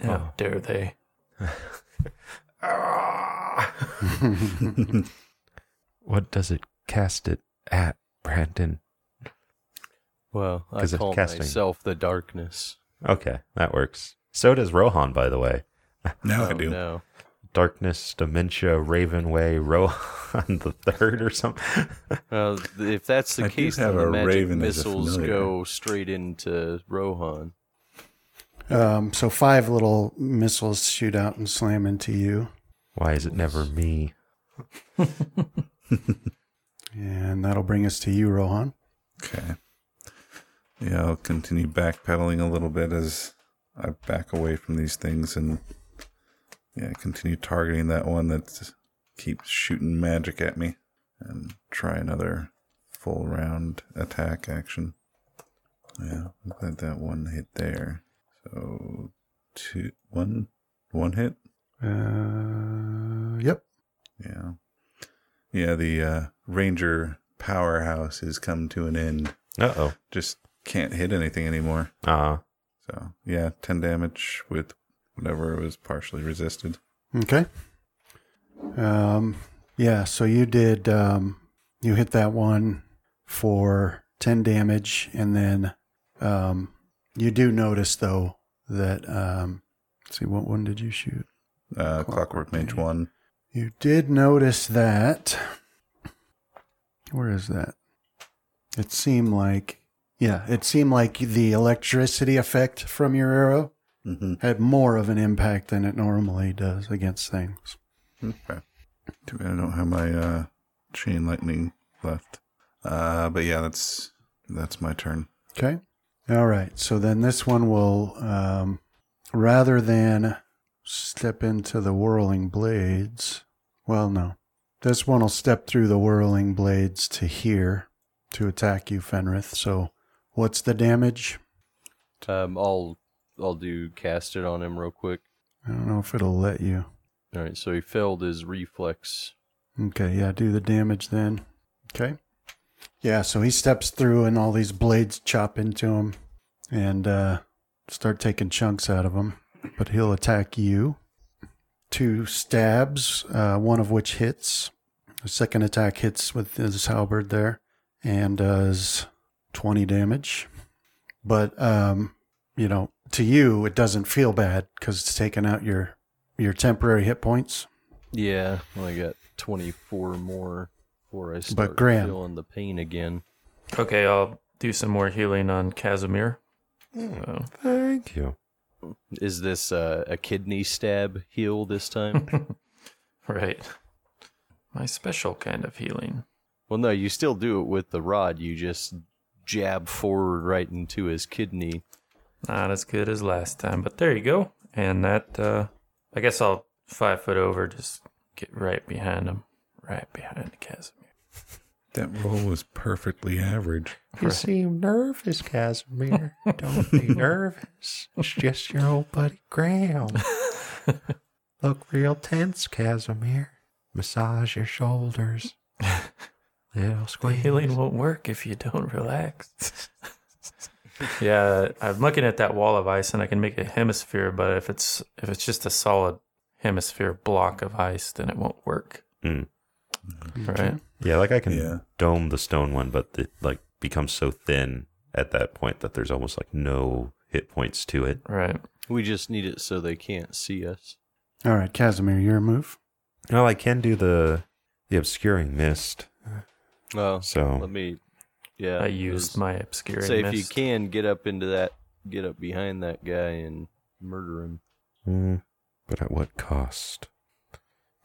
S2: Missile.
S4: How dare they?
S1: What does it cast it at, Brandon?
S6: Well, I
S3: 'Cause of
S6: call
S3: casting.
S6: myself the darkness.
S3: Okay, that works. So does Rohan, by the way.
S5: Now I
S6: Oh,
S5: do.
S6: No.
S3: Darkness, Dementia, Raven Way, Rohan the Third or something.
S6: Uh, th- if that's the
S5: I do
S6: case, then
S5: have
S6: the
S5: a
S6: magic
S5: raven as a
S6: missiles
S5: familiar.
S6: go straight into Rohan.
S2: Um, so five little missiles shoot out and slam into you,
S3: Why is it never me?
S2: and that'll bring us to you, Rohan.
S5: Okay. Yeah, I'll continue backpedaling a little bit as I back away from these things and yeah, continue targeting that one that keeps shooting magic at me and try another full round attack action. Yeah, I'm glad that one hit there. So two one one hit.
S2: Uh, yep.
S5: Yeah. Yeah, the uh, Ranger powerhouse has come to an end.
S3: Uh oh.
S5: Just can't hit anything anymore.
S3: Uh
S5: So, yeah, 10 damage with whatever was partially resisted.
S2: Okay. Um, yeah. So you did. Um, you hit that one for ten damage, and then um, you do notice though that um, let's see what one did you shoot?
S5: Uh, Clockwork Mage 1.
S2: You did notice that. Where is that? It seemed like, yeah, it seemed like the electricity effect from your arrow
S5: Mm-hmm.
S2: had more of an impact than it normally does against things.
S5: Okay. Too bad I don't have my uh, Chain Lightning left. Uh, but yeah, that's that's my turn.
S2: Okay. All right. So then this one will, um, rather than step into the whirling blades, well, no. This one will step through the whirling blades to here to attack you, Fenrith. So what's the damage?
S6: Um, I'll I'll do cast it on him real quick.
S2: I don't know if it'll let you.
S6: All right, so he failed his reflex.
S2: Okay, yeah, do the damage then. Okay. Yeah, so he steps through and all these blades chop into him and uh, start taking chunks out of him. But he'll attack you. Two stabs, uh, one of which hits. The second attack hits with his halberd there and does 20 damage. But, um, you know, to you it doesn't feel bad because it's taken out your your temporary hit points.
S6: Yeah, well, I got 24 more before I start
S2: But Graham-
S6: feeling the pain again.
S4: Okay, I'll do some more healing on Casimir. Oh, So,
S3: Thank you.
S6: Is this uh, a kidney stab heal this time?
S4: right. My special kind of healing.
S6: well, no, you still do it with the rod. You just jab forward right into his kidney.
S4: Not as good as last time, but there you go. And that, uh, I guess I'll five foot over, just get right behind him, right behind Casimir.
S5: That roll was perfectly average.
S1: You seem nervous, Casimir. Don't be nervous. It's just your old buddy Graham. Look real tense, Casimir. Massage your shoulders. Little squeeze.
S4: Healing won't work if you don't relax. yeah, I'm looking at that wall of ice, and I can make a hemisphere, but if it's if it's just a solid hemisphere block of ice, then it won't work.
S3: Mm.
S4: Right?
S3: Yeah, like I can
S5: Yeah.
S3: dome the stone one, but it like becomes so thin at that point that there's almost like no hit points to it.
S4: Right.
S6: We just need it so they can't see us.
S2: All right, Casimir, your move.
S3: No, I can do the the obscuring mist.
S6: Oh, let
S3: So
S6: me. Yeah,
S4: I used
S6: just
S4: my obscuring
S6: Say if
S4: mist.
S6: you can get up into that, get up behind that guy and murder him.
S3: Mm, but at what cost?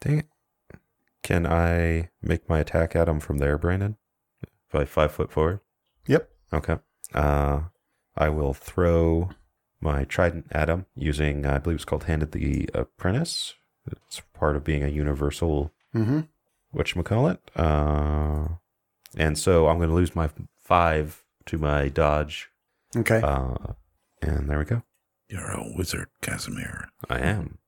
S3: Dang it. Can I make my attack at him from there, Brandon? By five foot forward?
S2: Yep.
S3: Okay. Uh, I will throw my trident at him using, I believe it's called Hand of the Apprentice. It's part of being a universal
S2: Mm-hmm.
S3: whatchamacallit. Uh, and so I'm going to lose my five to my dodge.
S2: Okay.
S3: Uh, and there we go.
S5: You're a wizard, Casimir.
S3: I am.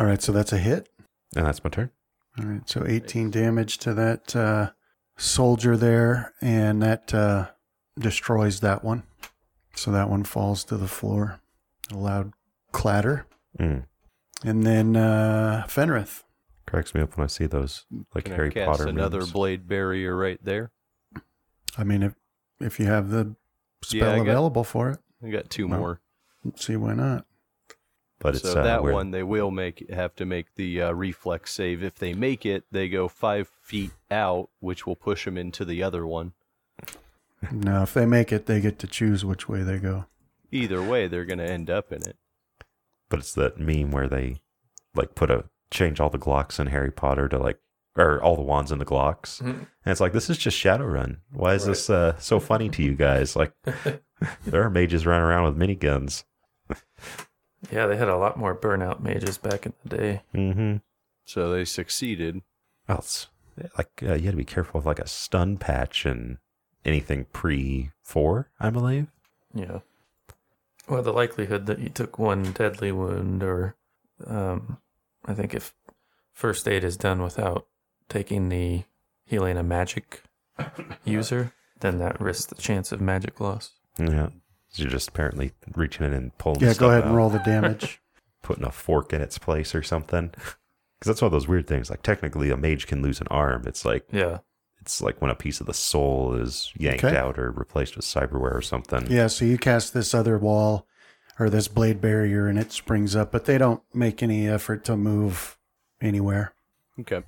S2: All right, so that's a hit.
S3: And that's my turn.
S2: All right, so 18 damage to that uh, soldier there, and that uh, destroys that one. So that one falls to the floor. A loud clatter.
S3: Mm.
S2: And then uh, Fenrith.
S3: Cracks me up when I see those like
S6: Can I
S3: Harry
S6: cast
S3: Potter.
S6: another
S3: memes.
S6: blade barrier right there?
S2: I mean, if, if you have the
S6: Yeah,
S2: spell
S6: I got-
S2: available for it,
S6: I got two
S2: No.
S6: more.
S2: let's see why not.
S3: but it's
S6: so
S3: uh,
S6: that
S3: weird.
S6: one they will make have to make the uh, reflex save. If they make it, they go five feet out, which will push them into the other one.
S2: No, if they make it, they get to choose which way they go.
S6: Either way, they're going to end up in it.
S3: But it's that meme where they like put a change all the Glocks in Harry Potter to like or all the wands in the Glocks,
S6: Mm-hmm.
S3: and it's like this is just Shadowrun. Why is this uh, so funny to you guys? Like there are mages running around with miniguns.
S4: Yeah, they had a lot more burnout mages back in the day.
S3: Mm-hmm.
S6: So they succeeded.
S3: Well, it's like uh, you had to be careful with like a stun patch and anything pre four, I believe.
S4: Yeah. Well, the likelihood that you took one deadly wound, or um, I think if first aid is done without taking the healing and magic user, then that risks the chance of magic loss.
S3: Yeah. So you're just apparently reaching in and pulling.
S2: Yeah,
S3: stuff
S2: go ahead
S3: out.
S2: and roll the damage.
S3: putting a fork in its place or something. Because that's one of those weird things. Like technically, a mage can lose an arm. It's like
S4: Yeah.
S3: it's like when a piece of the soul is yanked
S2: Okay.
S3: out or replaced with cyberware or something.
S2: Yeah, so you cast this other wall or this blade barrier and it springs up, but they don't make any effort to move anywhere.
S6: Okay.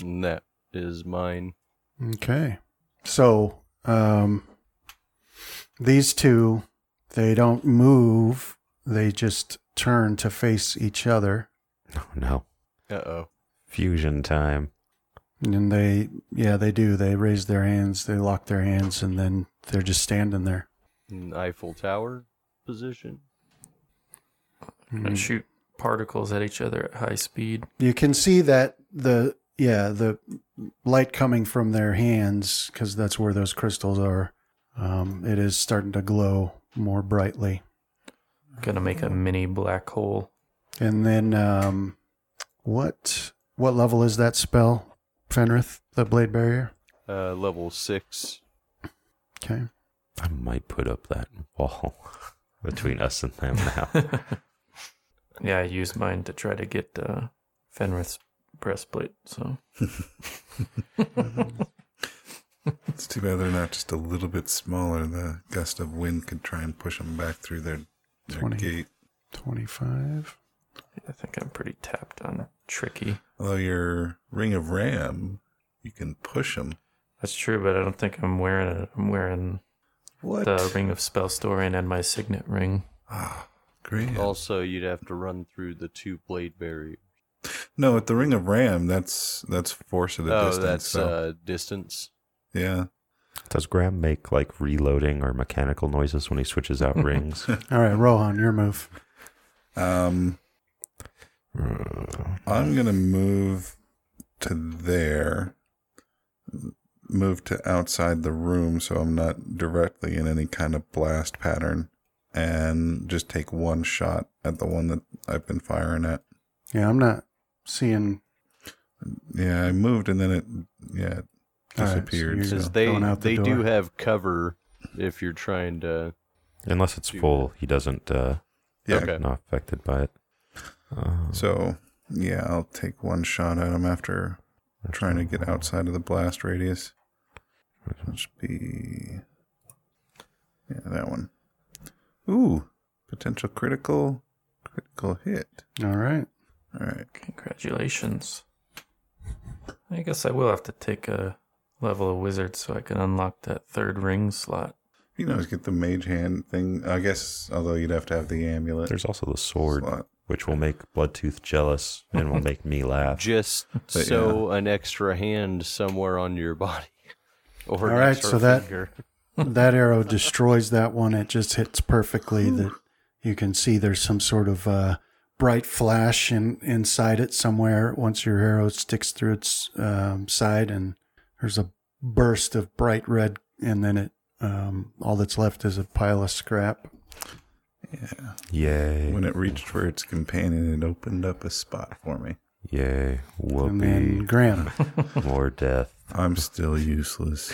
S6: And that is mine.
S2: Okay. So, um these two they don't move, they just turn to face each other
S3: Oh, no,
S6: Uh oh.
S3: fusion time.
S2: and they yeah, they do. They raise their hands, they lock their hands and then they're just standing there.
S6: Eiffel Tower position.
S2: Hmm.
S4: And shoot particles at each other at high speed.
S2: You can see that the yeah the light coming from their hands because that's where those crystals are. Um, it is starting to glow more brightly,
S4: Gonna make a mini black hole.
S2: and then um, what what level is that spell, Fenrith? The blade barrier.
S6: Uh, level six.
S2: Okay,
S3: I might put up that wall between us and them now.
S4: Yeah, I used mine to try to get uh, Fenrith's breastplate. So
S5: It's too bad they're not just a little bit smaller. The gust of wind could try and push them back through their, their
S2: 20.
S5: gate.
S2: 25.
S4: I think I'm pretty tapped on tricky.
S5: Although your ring of ram, you can push them.
S4: That's true, but I don't think I'm wearing it. I'm wearing
S5: What?
S4: the ring of spell storing and my signet ring.
S5: Ah, great.
S6: Also, you'd have to run through the two blade barrier.
S5: No, with the ring of ram, that's that's force of the
S6: oh,
S5: distance.
S6: that's
S5: so,
S6: uh, distance.
S5: yeah.
S3: Does Graham make like reloading or mechanical noises when he switches out rings?
S2: All right, Rohan, your move.
S5: Um,
S3: Uh,
S5: I'm gonna move to there. Move to outside the room so I'm not directly in any kind of blast pattern. And just take one shot at the one that I've been firing at.
S2: Yeah, I'm not seeing.
S5: Yeah, I moved and then it yeah it
S2: All right, so
S5: disappeared.
S2: you're-
S5: so
S6: Because
S2: Yeah.
S6: they
S2: Going out the
S6: they do
S2: door.
S6: have cover if you're trying to.
S3: Unless it's full, he doesn't uh
S5: yeah,
S6: Okay.
S3: not affected by it. Uh,
S5: So, yeah, I'll take one shot at him after trying to get outside of the blast radius. Which would be. Yeah, that one. Ooh, potential critical, critical hit.
S2: All right.
S5: All right.
S4: Congratulations. I guess I will have to take a level of wizard so I can unlock that third ring slot.
S5: You can always get the mage hand thing. I guess, although you'd have to have the amulet.
S3: There's also the sword,
S5: slot.
S3: which will make Bloodtooth jealous and will make me laugh.
S6: Just sew an extra hand somewhere on your body. Or an
S2: All right,
S6: extra
S2: so that-
S6: finger.
S2: that arrow destroys that one. It just hits perfectly. That you can see there's some sort of uh, bright flash in, inside it somewhere. Once your arrow sticks through its um, side, and there's a burst of bright red, and then it um, all that's left is a pile of scrap.
S3: Yay.
S5: When it reached for its companion, it opened up a spot for me.
S3: Yay.
S2: And then
S3: Whoopee.
S2: Graham,
S3: More death.
S5: I'm still useless.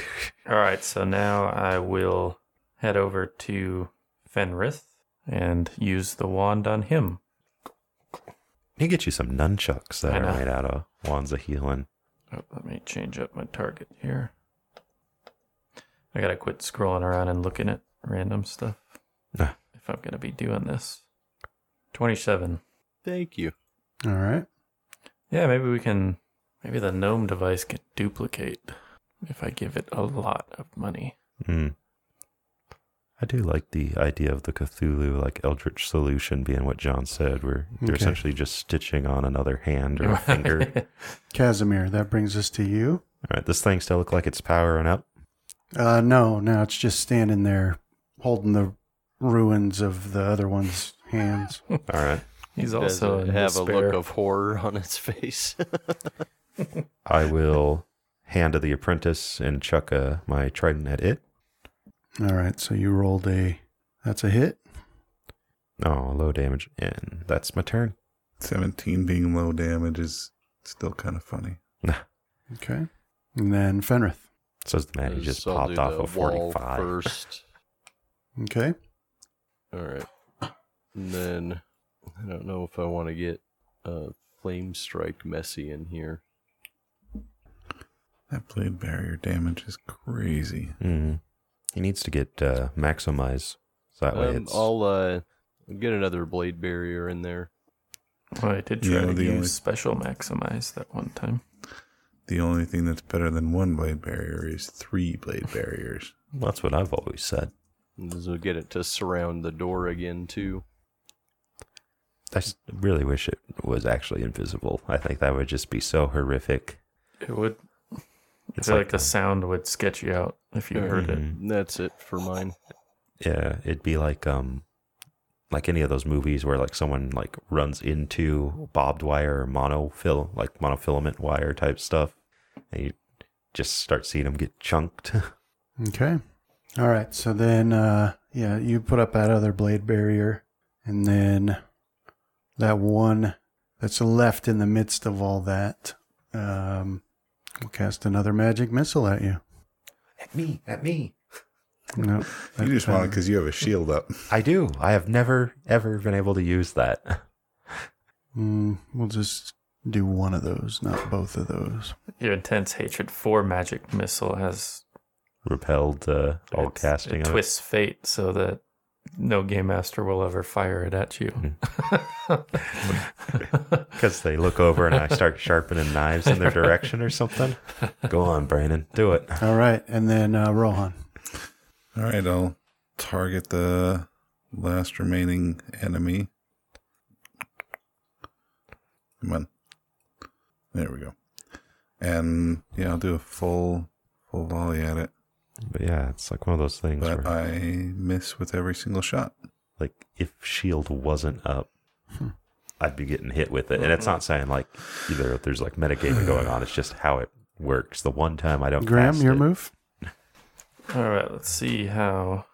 S4: All right, so now I will head over to Fenrith and use the wand on him.
S3: He get you some nunchucks that
S4: I
S3: are
S4: know.
S3: made out of wands of healing.
S4: Oh, let me change up my target here. I gotta quit scrolling around and looking at random stuff
S3: Ah.
S4: if I'm gonna be doing this. 27.
S6: Thank you.
S2: all right.
S4: Yeah, maybe we can. Maybe the gnome device can duplicate if I give it a lot of money.
S3: Mm. I do like the idea of the Cthulhu, like Eldritch solution being what John said, where they're
S2: Okay.
S3: essentially just stitching on another hand or a finger.
S2: Casimir, that brings us to you.
S3: All right, this thing still look like it's powering up.
S2: Uh, no, no, it's just standing there holding the ruins of the other one's hands.
S3: All right.
S4: He's
S6: Does
S4: also in
S6: it have
S4: despair.
S6: a look of horror on its face.
S3: I will hand to the apprentice and chuck uh, my trident at it.
S2: All right, so you rolled a. That's a hit.
S3: Oh, low damage. And that's my turn.
S5: 17 being low damage is still kind of funny.
S2: Okay. And then Fenrith.
S3: Says the man who just
S6: So I'll do
S3: popped off
S6: the
S3: a
S6: wall
S3: 45.
S6: First.
S2: Okay.
S6: All right. And then I don't know if I want to get uh, Flame Strike Messy in here.
S5: That blade barrier damage is crazy.
S3: Mm. He needs to get uh, maximized. So that way
S6: Um,
S3: it's.
S6: I'll uh, get another Blade Barrier in there.
S4: Oh, I did try
S5: Yeah,
S4: to
S5: the
S4: use
S5: only-
S4: special maximize that one time.
S5: The only thing that's better than one blade barrier is three blade barriers.
S3: That's what I've always said.
S6: And This will get it to surround the door again too.
S3: I s- really wish it was actually invisible. I think that would just be so horrific.
S4: It would.
S3: It's
S4: It's like,
S3: like
S4: the sound would sketch you out if you heard it.
S3: Mhm.
S6: And That's it for mine.
S3: Yeah, it'd be like um, like any of those movies where like someone like runs into bobbed wire or monofil like monofilament wire type stuff, and you just start seeing them get chunked.
S2: Okay. All right. So then, uh, yeah, you put up that other blade barrier, and then that one that's left in the midst of all that um, will cast another magic missile at you.
S3: at me, at me.
S2: No,
S5: You
S2: that- uh,
S5: just want it because you have a shield up.
S3: I do. I have never ever been able to use that.
S2: Mm, we'll just do one of those, not both of those.
S4: Your intense hatred for magic missile has
S3: Repelled uh, all
S4: it's-
S3: casting.
S4: It
S3: of it.
S4: twists fate so that no game master will ever fire it at you.
S3: Because they look over and I start sharpening knives in their direction or something. Go on, Brandon. Do it.
S2: All right, and then uh, Rohan.
S5: All right, I'll target the last remaining enemy. Come on. There we go. And yeah, I'll do a full full volley at it.
S3: But yeah, it's like one of those things
S5: But
S2: uh,
S3: where,
S5: I miss with every single shot.
S3: like, if shield E wasn't up,
S2: Hmm.
S3: I'd be getting hit with it. And it's
S2: Mm-hmm.
S3: not saying like either there's like metagaming going on. It's just how it works. The one time I don't.
S2: Graham,
S3: cast
S2: your
S3: it-
S2: move.
S4: All right, let's see how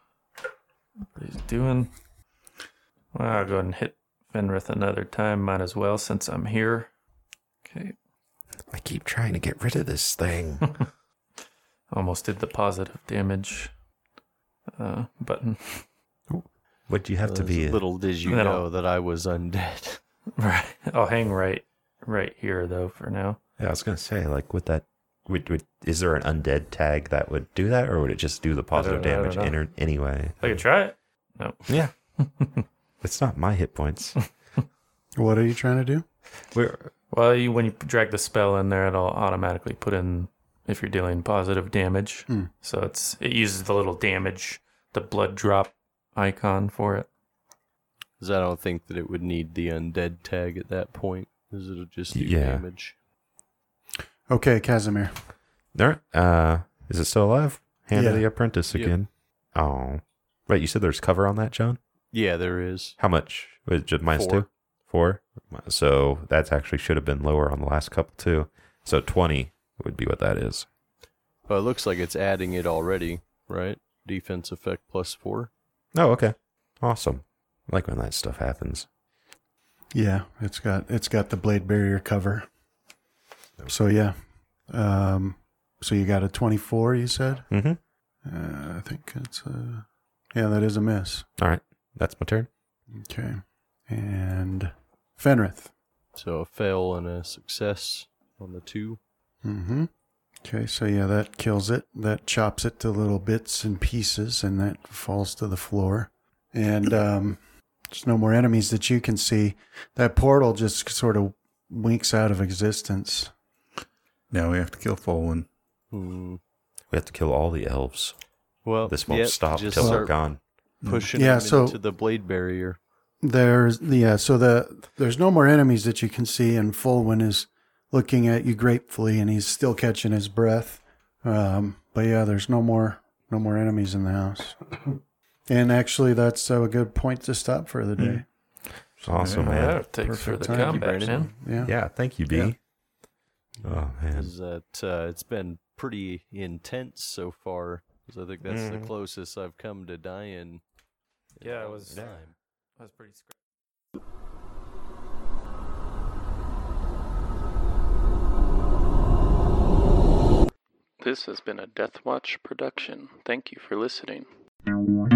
S4: he's doing. Well, I'll go ahead and hit Fenrith another time. Might as well since I'm here. Okay,
S1: I keep trying to get rid of this thing.
S4: almost did the positive damage uh, button.
S3: Would you have to
S6: As
S3: be?
S6: Uh, little did you
S4: Little.
S6: know that I was undead.
S4: Right, I'll hang right, right here though for now.
S3: yeah, I was gonna say like with that. Would, would, is there an undead tag that would do that, or would it just do the positive
S4: know, I don't
S3: damage
S4: know.
S3: inner, anyway?
S4: I could try it.
S3: Yeah. it's not my hit points.
S2: What are you trying to do?
S3: We're
S4: Well, you, when you drag the spell in there, it'll automatically put in if you're dealing positive damage.
S2: Hmm.
S4: So it's it uses the little damage, the blood drop icon for it.
S6: Because I don't think that it would need the undead tag at that point. Because it'll just do
S3: Yeah.
S6: damage.
S2: Okay, Casimir.
S3: there. Uh, is it still alive? Hand of
S2: Yeah.
S3: the apprentice
S6: Yep.
S3: again. Oh, wait. You said there's cover on that, John.
S6: Yeah, there is.
S3: How much? Was it just minus
S6: Four.
S3: two, four. So that's actually should have been lower on the last couple too. So twenty would be what that is.
S6: Well, it looks like it's adding it already, right? Defense effect plus four.
S3: Oh, okay. Awesome. I like when that stuff happens.
S2: Yeah, it's got it's got the blade barrier cover. So yeah, um, so you got a twenty-four. You said.
S3: Mm-hmm.
S2: Uh, I think it's a yeah. That is a miss.
S3: All right. That's my turn.
S2: Okay, and Fenrith.
S6: So a fail and a success on the two.
S2: Mm-hmm. Okay, so yeah, that kills it. That chops it to little bits and pieces, and that falls to the floor. And um, there's no more enemies that you can see. That portal just sort of winks out of existence.
S5: Now we have to kill Folwin.
S6: Hmm.
S3: We have to kill all the elves.
S6: Well,
S3: This won't
S6: yeah,
S3: stop
S6: Oh, just
S3: till they're
S6: start
S3: gone.
S6: Pushing
S2: Yeah,
S6: yeah,
S2: so-
S6: into the blade barrier.
S2: There's yeah, so the there's no more enemies that you can see, and Fulwin is looking at you gratefully, and he's still catching his breath. Um, but yeah, there's no more no more enemies in the house. And actually, that's uh, a good point to stop for the day.
S3: Awesome,
S5: Yeah.
S3: man.
S4: That'll take for
S2: perfect time.
S4: the
S2: Hmm. Thank you,
S4: combat,
S6: Brandon.
S2: Yeah.
S4: man.
S3: Yeah, thank you, B.
S2: Yeah.
S3: Oh man,
S6: Is that uh, it's been pretty intense so far. 'cause I think that's
S3: Mm-hmm.
S6: the closest I've come to dying. in a
S4: Yeah, it
S6: long
S4: was-
S6: time.
S4: That was pretty. Scary.
S7: This has been a Death Watch production. Thank you for listening.
S8: Thank you.